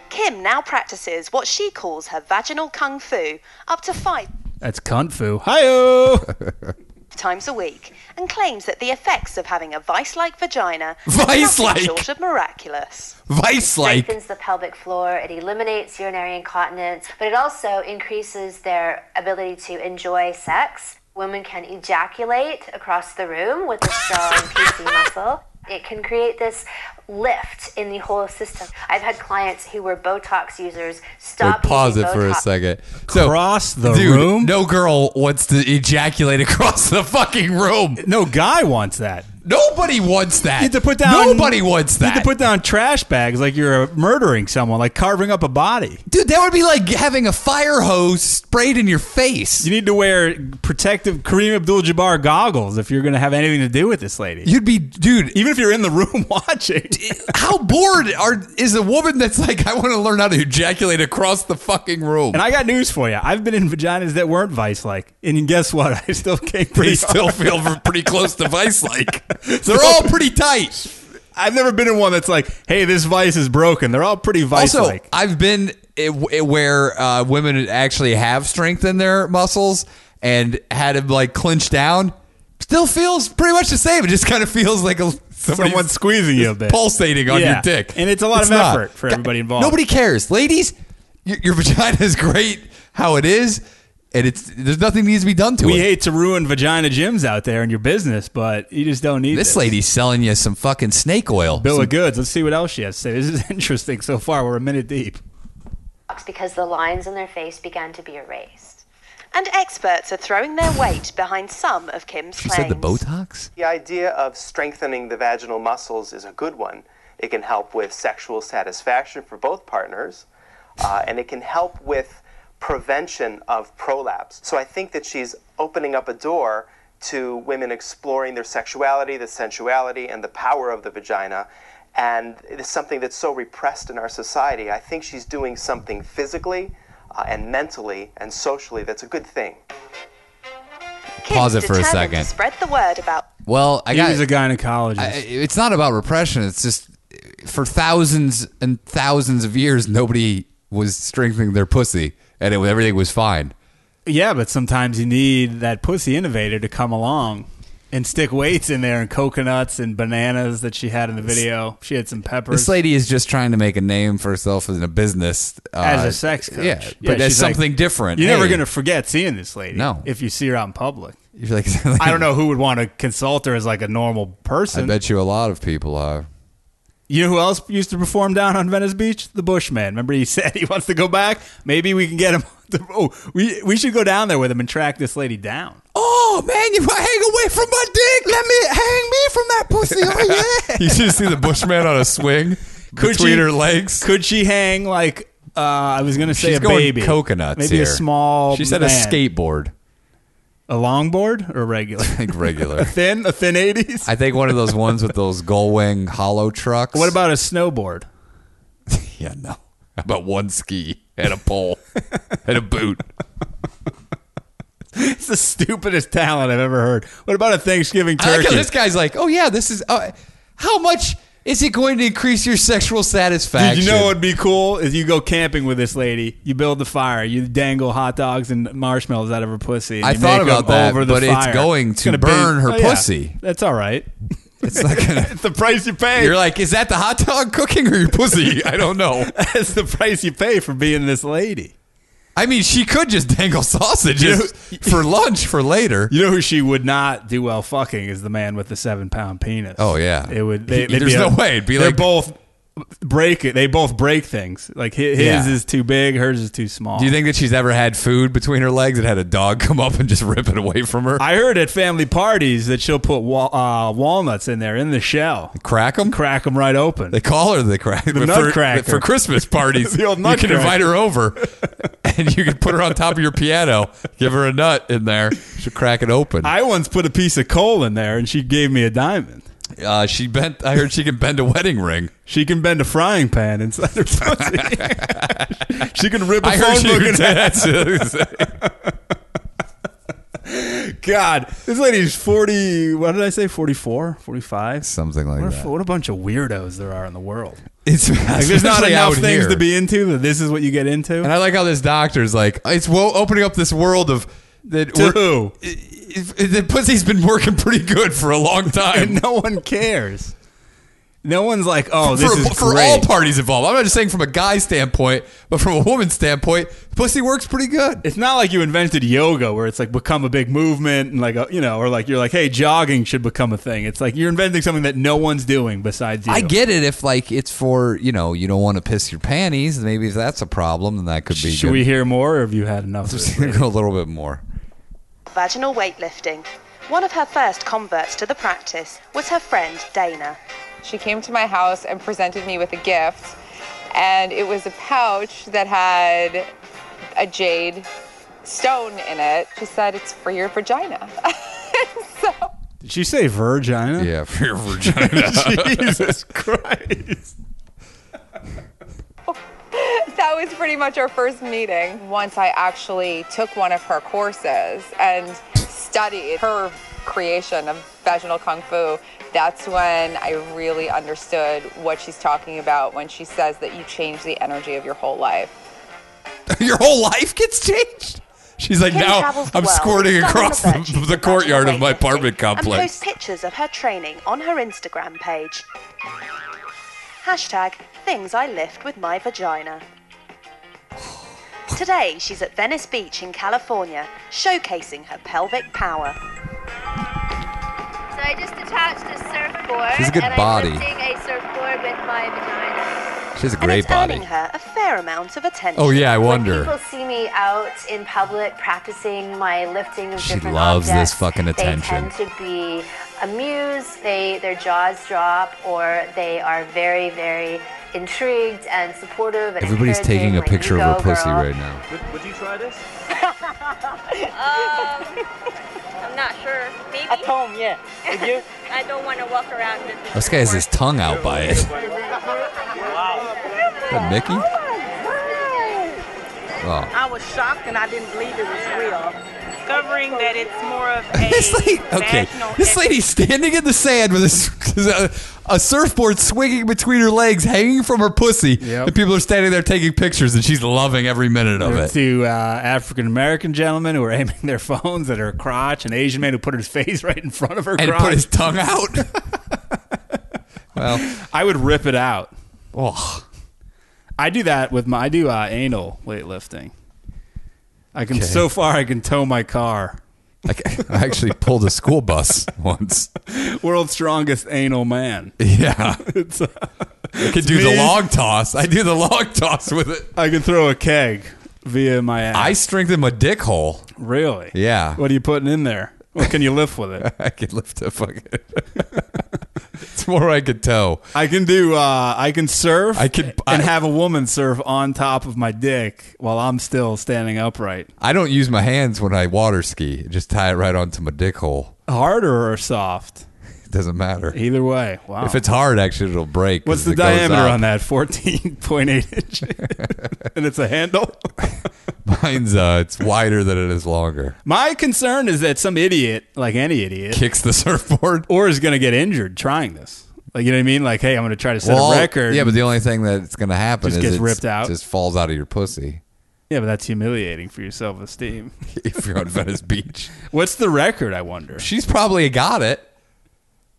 S6: Kim now practices what she calls her vaginal kung fu up to five
S1: That's kung fu. Hi-oh!
S6: times a week and claims that the effects of having a vice like vagina
S2: Vice-like.
S6: are nothing short of miraculous.
S2: vice like
S6: strengthens the pelvic floor, it eliminates urinary incontinence, but it also increases their ability to enjoy sex. Women can ejaculate across the room with a strong PC muscle. It can create this lift in the whole system. I've had clients who were Botox users stop
S2: pause
S6: using
S2: it for a
S6: Botox
S2: second. So
S1: Across the
S2: dude,
S1: room?
S2: No girl wants to ejaculate across the fucking room.
S1: No guy wants that.
S2: Nobody wants that.
S1: You have to put down.
S2: Nobody wants
S1: You
S2: that.
S1: have to put down trash bags like you're murdering someone, like carving up a body.
S2: Dude, that would be like having a fire hose sprayed in your face.
S1: You need to wear protective Kareem Abdul-Jabbar goggles if you're going to have anything to do with this lady.
S2: You'd be, dude.
S1: Even if you're in the room watching.
S2: How bored are is a woman that's like, I want to learn how to ejaculate across the fucking room?
S1: And I got news for you. I've been in vaginas that weren't vice-like, and guess what? I still came pretty.
S2: they still
S1: hard.
S2: feel pretty close to vice like. They're all pretty tight.
S1: I've never been in one that's like, hey, this vice is broken. They're all pretty
S2: Also,
S1: vice-like.
S2: I've been i- w- where uh, women actually have strength in their muscles and had them like clench down. Still feels pretty much the same. It just kind of feels like a somebody's-
S1: Someone's squeezing you a bit.
S2: pulsating on
S1: Yeah.
S2: your dick,
S1: And it's a lot of
S2: not.
S1: effort for everybody involved.
S2: Nobody cares, ladies. Your, your vagina is great how it is, and it's there's nothing needs to be done to
S1: we
S2: it.
S1: hate to ruin vagina gyms out there in your business, but you just don't need
S2: this lady's selling you some fucking snake oil.
S1: Bill of goods. Let's see what else she has to say. This is interesting so far. We're a minute deep.
S6: because the lines in their face began to be erased. And experts are throwing their weight behind some of Kim's
S2: she said
S6: claims.
S2: the Botox.
S7: The idea of strengthening the vaginal muscles is a good one. It can help with sexual satisfaction for both partners, uh, and it can help with prevention of prolapse. So I think that she's opening up a door to women exploring their sexuality, the sensuality, and the power of the vagina. And it is something that's so repressed in our society. I think she's doing something physically uh, and mentally and socially that's a good thing.
S6: Kim's
S2: Pause it for a
S6: determined to
S2: second.
S6: Spread the word about
S2: Well, I
S1: He
S2: got
S1: was a gynecologist.
S2: I- it's not about repression. It's just for thousands and thousands of years, nobody was strengthening their pussy, and it, everything was fine.
S1: yeah, but sometimes you need that pussy innovator to come along and stick weights in there and coconuts and bananas that she had in the video. She had some peppers.
S2: This lady is just trying to make a name for herself in a business uh,
S1: as a sex coach.
S2: Yeah, but that's
S1: she's like,
S2: something different.
S1: You're never
S2: Hey,
S1: going to forget seeing this lady.
S2: No.
S1: If you see her out in public.
S2: you're like,
S1: I don't know who would want to consult her as like a normal
S2: I
S1: person.
S2: bet you a lot of people are.
S1: You know who else used to perform down on Venice Beach? The Bushman. Remember he said he wants to go back? Maybe we can get him oh, we we should go down there with him and track this lady down.
S2: Oh man, you hang away from my dick. Let me hang me from that pussy. Oh yeah. you should see the Bushman on a swing between her legs.
S1: Could she hang like uh, I was gonna say
S2: She's
S1: a
S2: going
S1: baby,
S2: coconuts
S1: maybe
S2: here.
S1: a small.
S2: She said a
S1: man.
S2: skateboard.
S1: a longboard or regular,
S2: I think regular.
S1: thin, a thin eighties.
S2: I think one of those ones with those gullwing hollow trucks.
S1: What about a snowboard?
S2: Yeah, no. How about one ski and a pole and a boot?
S1: It's the stupidest talent I've ever heard. What about a Thanksgiving
S2: I like
S1: turkey?
S2: how this guy's like, oh yeah, this is. Uh, how much is it going to increase your sexual satisfaction?
S1: Dude, you know what'd be cool is you go camping with this lady. You build the fire. You dangle hot dogs and marshmallows out of her pussy. and
S2: I
S1: you
S2: thought
S1: make 'em
S2: about that,
S1: over the
S2: but it's
S1: fire.
S2: going to
S1: gonna
S2: burn her
S1: oh, yeah.
S2: pussy.
S1: That's all right.
S2: It's not gonna.
S1: It's the price you pay.
S2: You're like, is that the hot dog cooking or your pussy? I don't know.
S1: That's the price you pay for being this lady.
S2: I mean, she could just dangle sausages
S1: You
S2: for lunch for later.
S1: You know who she would not do well fucking is the man with the seven pound penis.
S2: Oh, yeah.
S1: it would. They,
S2: He-
S1: they'd
S2: there's
S1: be
S2: no
S1: a-
S2: way. It'd be
S1: they're
S2: like-
S1: both break. They both break things. Like hi- his
S2: Yeah.
S1: is too big, hers is too small.
S2: Do you think that she's ever had food between her legs and had a dog come up and just rip it away from her?
S1: I heard at family parties that she'll put wa- uh, walnuts in there in the shell,
S2: crack them?
S1: crack them right open.
S2: They call her the crack. The
S1: nutcracker.
S2: For, Christmas parties,
S1: The old
S2: you can
S1: nutcracker.
S2: invite her over and you can put her on top of your piano, give her a nut in there. She'll crack it open.
S1: I once put a piece of coal in there, and she gave me a diamond.
S2: Uh, she bent. I heard she can bend a wedding ring.
S1: She can bend a frying pan inside her pussy. she can rip a
S2: I
S1: phone
S2: heard she
S1: book
S2: could
S1: in
S2: do that. too.
S1: God, this lady's 40, what did I say, 44, 45?
S2: Something like
S1: what,
S2: that.
S1: A, what a bunch of weirdos there are in the world.
S2: It's
S1: Like, there's not
S2: especially
S1: enough
S2: out
S1: things
S2: here.
S1: to be into that this is what you get
S2: And
S1: into.
S2: I like how this doctor's like, it's wo- opening up this world of that.
S1: To
S2: we're-
S1: who?
S2: I- I- The pussy's been working pretty good for a long time.
S1: And no one cares. No one's like, oh, this
S2: for,
S1: is
S2: for
S1: great.
S2: all parties involved. I'm not just saying from a guy's standpoint, but from a woman's standpoint, pussy works pretty good.
S1: it's not like you invented yoga where it's like become a big movement and like, a, you know, or like you're like, hey, jogging should become a thing. It's like you're inventing something that no one's doing besides you.
S2: I get it if like it's for you know you don't want to piss your panties. Maybe if that's a problem, then that could be.
S1: Should we hear more or have you had enough? of this
S2: we
S1: lady?
S2: go a little bit more?
S8: Vaginal weightlifting. One of her first converts to the practice was her friend Dana.
S9: She came to my house and presented me with a gift, and it was a pouch that had a jade stone in it. She said, It's for your vagina. so
S1: Did she say virgina?
S2: Yeah, for your vagina.
S1: Jesus Christ.
S9: that was pretty much our first meeting. Once I actually took one of her courses and studied her creation of vaginal kung fu, that's when I really understood what she's talking about when she says that you change the energy of your whole life.
S2: your whole life gets changed. She's like,
S8: Kim
S2: now
S8: travels
S2: I'm
S8: well,
S2: squirting
S8: excelling
S2: across
S8: the virtues
S2: the, the
S8: of
S2: courtyard of my
S8: weightlifting,
S2: apartment
S8: And
S2: complex.
S8: posts pictures of her training on her Instagram page. Hashtag things I lift with my vagina. Today she's at Venice Beach in California, showcasing her pelvic power.
S6: So I just attached a surfboard.
S2: She's a good
S6: and
S2: body.
S6: I'm lifting a surfboard with my vagina.
S2: She has a
S8: and
S2: great
S8: it's
S2: body.
S8: earning her a fair amount of attention.
S2: Oh yeah, I
S6: When
S2: wonder.
S6: people see me out in public practicing my lifting of
S2: She
S6: different
S2: loves this
S6: objects,
S2: fucking attention.
S6: They tend to be amused. They their jaws drop, or they are very very intrigued and supportive. And
S2: Everybody's taking a
S6: encouraging, like,
S2: picture
S6: "You
S2: of her
S6: go,
S2: pussy
S6: girl."
S2: right now.
S3: Would you try this?
S10: I'm not sure. Maybe
S3: At home, yeah. Would you?
S10: I don't want to walk around with this.
S2: This guy has his tongue out by it. Is that Mickey? Oh.
S10: I was shocked and I didn't believe it was real. Discovering that it's more of a
S2: This lady, okay,
S10: vaginal
S2: this lady's standing in the sand with a, s- a, a surfboard swinging between her legs, hanging from her pussy,
S1: Yep.
S2: and people are standing there taking pictures, and she's loving every minute of it.
S1: To uh, African American gentlemen who are aiming their phones at her crotch, an Asian man who put his face right in front of her
S2: And
S1: crotch.
S2: put his tongue out. well,
S1: I would rip it out.
S2: oh,
S1: I do that with my. I do uh, anal weightlifting. I can so far I can tow my car.
S2: I ca- I actually pulled a school bus once.
S1: World's strongest anal man.
S2: Yeah,
S1: It's, uh,
S2: I could do the
S1: me.
S2: log toss. I do the log toss with it.
S1: I can throw a keg via my ass.
S2: I strengthened my dick hole.
S1: Really?
S2: Yeah.
S1: What are you putting in there? What can you lift with it?
S2: I could lift a fucking. it's more I could tow.
S1: I can do. Uh, I can surf.
S2: I could-
S1: and
S2: I-
S1: have a woman surf on top of my dick while I'm still standing upright.
S2: I don't use my hands when I water ski. Just tie it right onto my dick hole.
S1: Harder or soft?
S2: It doesn't matter.
S1: Either way. Wow.
S2: If it's hard, actually, it'll break. 'cause
S1: What's the
S2: it goes
S1: diameter
S2: up.
S1: on that? Fourteen point eight inches, and it's a handle.
S2: Mine's uh, it's wider than it is longer.
S1: My concern is that some idiot, like any idiot,
S2: Kicks the surfboard.
S1: or is going to get injured trying this. Like you know what I mean? Like, hey, I'm going to try to set
S2: Well,
S1: a record.
S2: Yeah, but the only thing that's going to happen
S1: Just
S2: is
S1: gets
S2: it's-
S1: ripped out.
S2: Just falls out of your pussy
S1: yeah, but that's humiliating for your self esteem.
S2: if you're on Venice Beach.
S1: What's the record? I wonder.
S2: She's probably got it.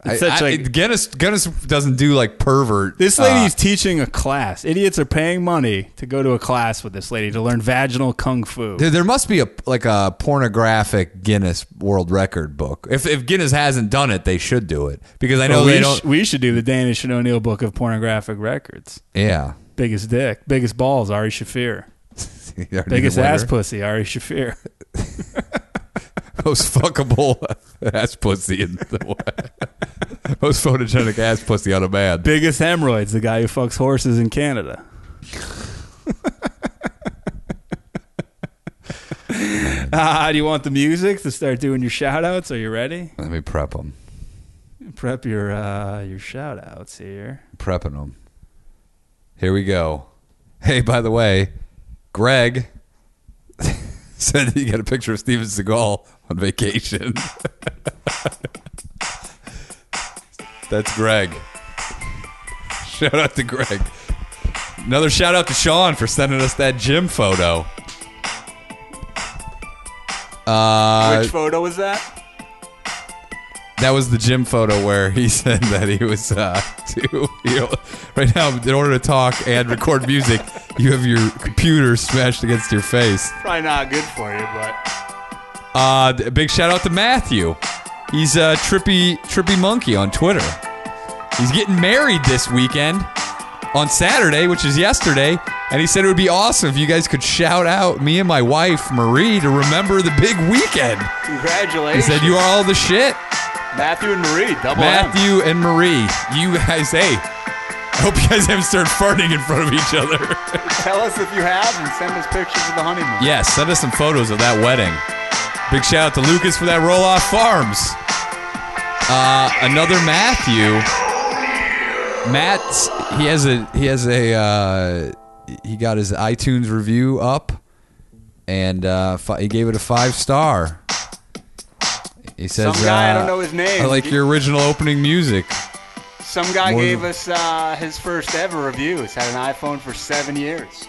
S2: I-
S1: such
S2: I-
S1: a-
S2: Guinness Guinness doesn't do like pervert.
S1: This
S2: uh,
S1: lady's teaching a class. Idiots are paying money to go to a class with this lady to learn vaginal kung fu.
S2: There, there must be a like a pornographic Guinness World Record book. If if Guinness hasn't done it, they should do it because I know
S1: Well,
S2: they
S1: we,
S2: don't.
S1: sh- we should do the Danish and O'Neill book of pornographic records.
S2: yeah,
S1: Biggest dick, biggest balls, Ari Shafir.
S2: You already
S1: Biggest
S2: wonder.
S1: ass pussy, Ari Shafir.
S2: most fuckable ass pussy in the world. most photogenic ass pussy on a man.
S1: biggest hemorrhoids, the guy who fucks horses in Canada. Ah, do you want the music to start doing your shout outs? Are you ready?
S2: Let me prep them.
S1: Prep your uh, your shout outs here.
S2: prepping them. Here we go. Hey, by the way, Greg said he got a picture of Steven Seagal on vacation. That's Greg. Shout out to Greg. Another shout out to Sean for sending us that gym photo. Uh,
S1: Which photo was that?
S2: that was the gym photo where he said that he was uh, too. You know, right now, in order to talk and record music, you have your computer smashed against your face.
S1: Probably not good for you, but
S2: Uh, d- big shout out to Matthew. He's uh, trippy trippy monkey on Twitter. He's getting married this weekend on Saturday, which is yesterday, and he said it would be awesome if you guys could shout out me and my wife Marie to remember the big weekend. He
S1: congratulations,
S2: said you are all the shit.
S1: Matthew and Marie. Double
S2: Matthew and Marie, you guys, hey, I hope you guys haven't started farting in front of each other.
S1: Tell us if you have, and send us pictures of the honeymoon.
S2: yes, send us some photos of that wedding. Big shout out to Lucas for that roll off farms. Uh, another Matthew. Matt, he has a he has a uh, he got his iTunes review up, and uh, fi- he gave it a five star. He says,
S11: Some guy, I don't
S2: uh,
S11: know his name.
S2: I like your original opening music.
S11: Some guy
S2: More
S11: gave
S2: than-
S11: us uh, his first ever review. He's had an iPhone for seven years.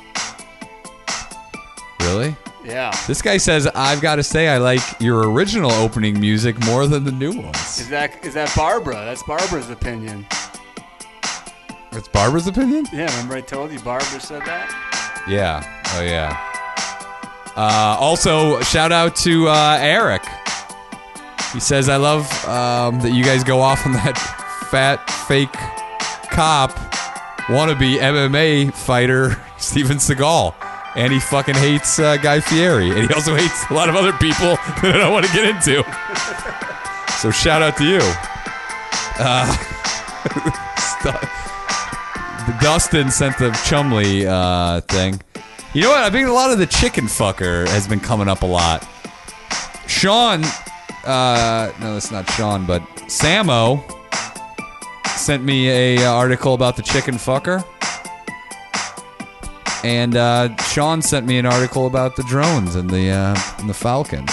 S2: Really?
S11: Yeah.
S2: This guy says, I've got to say, I like your original opening music more than the new ones.
S11: Is that is that Barbara? That's Barbara's opinion.
S2: That's Barbara's opinion?
S11: Yeah, remember I told you Barbara said that?
S2: Yeah. Oh, yeah. Uh, also, shout out to uh, Eric. He says, I love um, that you guys go off on that fat, fake cop, wannabe MMA fighter, Steven Seagal. And he fucking hates uh, Guy Fieri. And he also hates a lot of other people that I don't want to get into. So, shout out to you. Uh, The Dustin sent the Chumley uh, thing. You know what? I think a lot of the chicken fucker has been coming up a lot. Sean, uh, no, that's not Sean, but Samo sent me a uh, article about the chicken fucker, and uh, Sean sent me an article about the drones and the uh, and the falcons.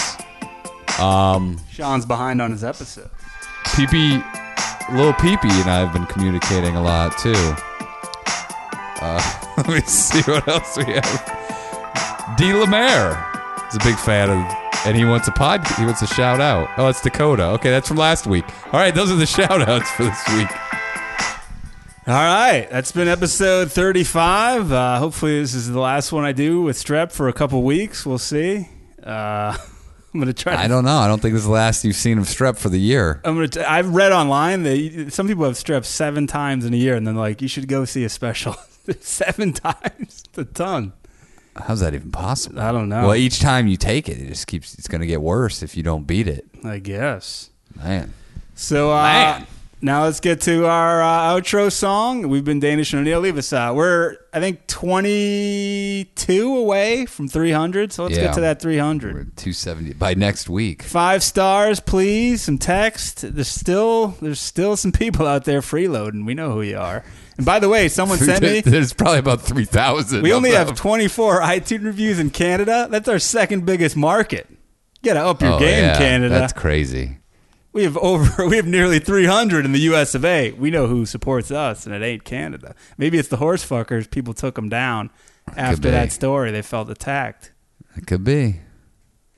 S1: Sean's behind on his episode.
S2: PP, little PP, and I have been communicating a lot too. Uh, let me see what else we have. D. Lemaire is a big fan of, and he wants a pod. He wants a shout out. Oh, it's Dakota. Okay, that's from last week. All right, those are the shout outs for this week.
S1: All right, that's been episode 35. Uh, hopefully, this is the last one I do with Strep for a couple weeks. We'll see. Uh, I'm gonna try. To,
S2: I don't know. I don't think this is the last you've seen of Strep for the year.
S1: I'm gonna. T- I've read online that you- some people have Strep seven times in a year, and then like you should go see a special seven times. It's a ton.
S2: How's that even possible?
S1: I don't know.
S2: Well, each time you take it, it just keeps. It's going to get worse if you don't beat it.
S1: I guess.
S2: Man,
S1: So uh,
S2: Man.
S1: now let's get to our uh, outro song. We've been Danish and O'Neill. Leave us out. We're I think twenty two away from three hundred. So let's
S2: Yeah.
S1: get to that three hundred.
S2: two seventy by next week.
S1: Five stars, please. Some text. There's still there's still some people out there freeloading. We know who you are. And by the way, someone sent me.
S2: There's probably about three thousand.
S1: We only have 24 iTunes reviews in Canada. That's our second biggest market. You gotta up your game, Canada.
S2: Oh, That's crazy.
S1: We have over we have nearly 300 in the US of A. We know who supports us and it ain't Canada. Maybe it's the horse fuckers people took them down after
S2: be.
S1: that story they felt attacked.
S2: It could be.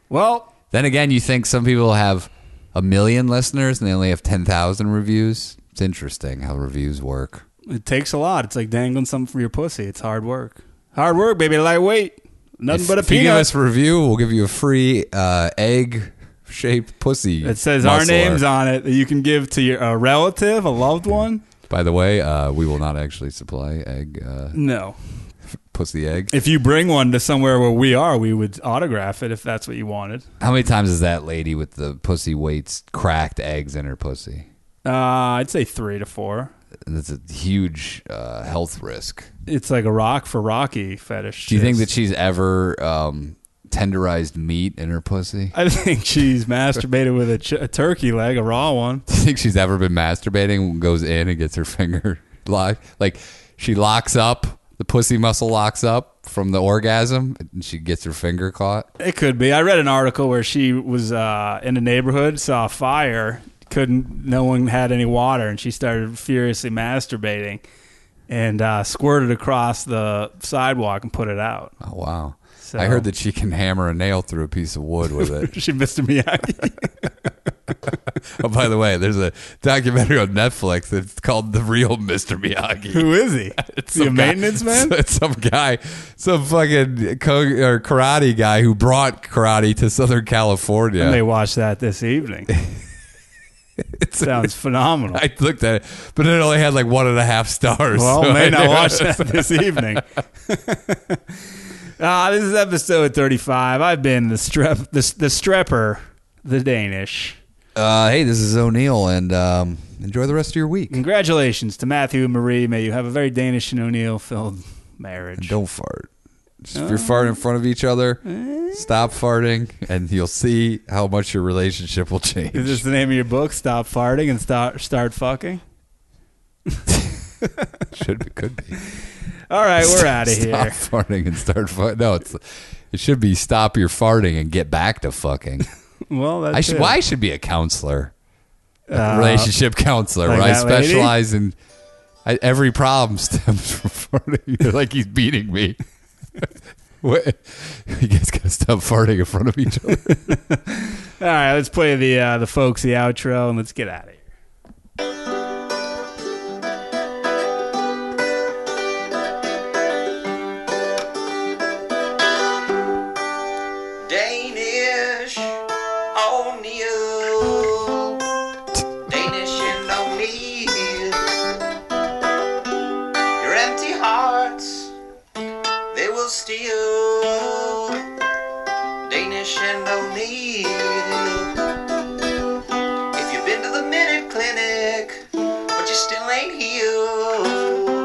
S1: Well,
S2: Then again, you think some people have a million listeners and they only have ten thousand reviews. It's interesting how reviews work.
S1: it takes a lot. It's like dangling something from your pussy. It's hard work. Hard work, baby. Lightweight. Nothing
S2: if,
S1: but a
S2: if you give
S1: peanut.
S2: us a review, we'll give you a free uh, egg shaped pussy.
S1: It says our
S2: muscler.
S1: names on it that you can give to your a relative, a loved one.
S2: By the way, uh, we will not actually supply egg uh,
S1: No.
S2: pussy egg.
S1: If you bring one to somewhere where we are, we would autograph it if that's what you wanted.
S2: How many times has that lady with the pussy weights cracked eggs in her pussy?
S1: Uh, I'd say three to four.
S2: That's a huge uh, health risk.
S1: It's like a rock for Rocky fetish.
S2: Do you think
S1: chicks.
S2: that she's ever um, tenderized meat in her pussy?
S1: I think she's masturbated with a, ch- a turkey leg, a raw one.
S2: Do you think she's ever been masturbating, goes in and gets her finger locked? Like she locks up, the pussy muscle locks up from the orgasm, and she gets her finger caught.
S1: It could be. I read an article where she was uh, in a neighborhood, saw a fire, couldn't, no one had any water, and she started furiously masturbating and uh, squirted across the sidewalk and put it out.
S2: Oh, wow.
S1: So-
S2: I heard that she can hammer a nail through a piece of wood with it.
S1: she missed a Miyagi.
S2: oh, by the way, there's a documentary on Netflix that's called "The Real Mr. Miyagi."
S1: Who is he?
S2: It's
S1: He a
S2: some guy-
S1: maintenance man?
S2: It's some guy, some fucking co- or karate guy who brought karate to Southern California.
S1: And they watched that this evening. it sounds phenomenal.
S2: I looked at it, but it only had like one and a half stars.
S1: Well,
S2: so I
S1: may not
S2: knew-
S1: watch that this evening. Ah, this is episode thirty-five. I've been the strep, the, the strepper, the Danish.
S2: Uh, hey, this is O'Neill, and um, enjoy the rest of your week.
S1: Mm. Congratulations to Matthew and Marie. May you have a very Danish and O'Neill filled marriage.
S2: Don't fart. Just if you're
S1: Oh.
S2: farting in front of each other,
S1: Eh.
S2: stop farting, and you'll see how much your relationship will change.
S1: Is this the name of your book? Stop farting and start start fucking.
S2: Should be, could be.
S1: All right, we're out of
S2: Stop
S1: here.
S2: farting and start fucking. No, it's it should be stop your farting and get back to fucking.
S1: Well, that's
S2: I should.
S1: it.
S2: Well, I should be a counselor, a
S1: Uh,
S2: relationship counselor,
S1: like
S2: where I
S1: that lady?
S2: specialize in. I, every problem stems from farting. You're like he's beating me. what? You guys gotta stop farting in front of each other.
S1: All right, let's play the uh, the folksy outro and let's get out of here.
S12: Danish O'Neill. Danish and O'Neill. Your empty hearts, they will steal. Danish and O'Neill. If you've been to the minute clinic, but you still ain't healed.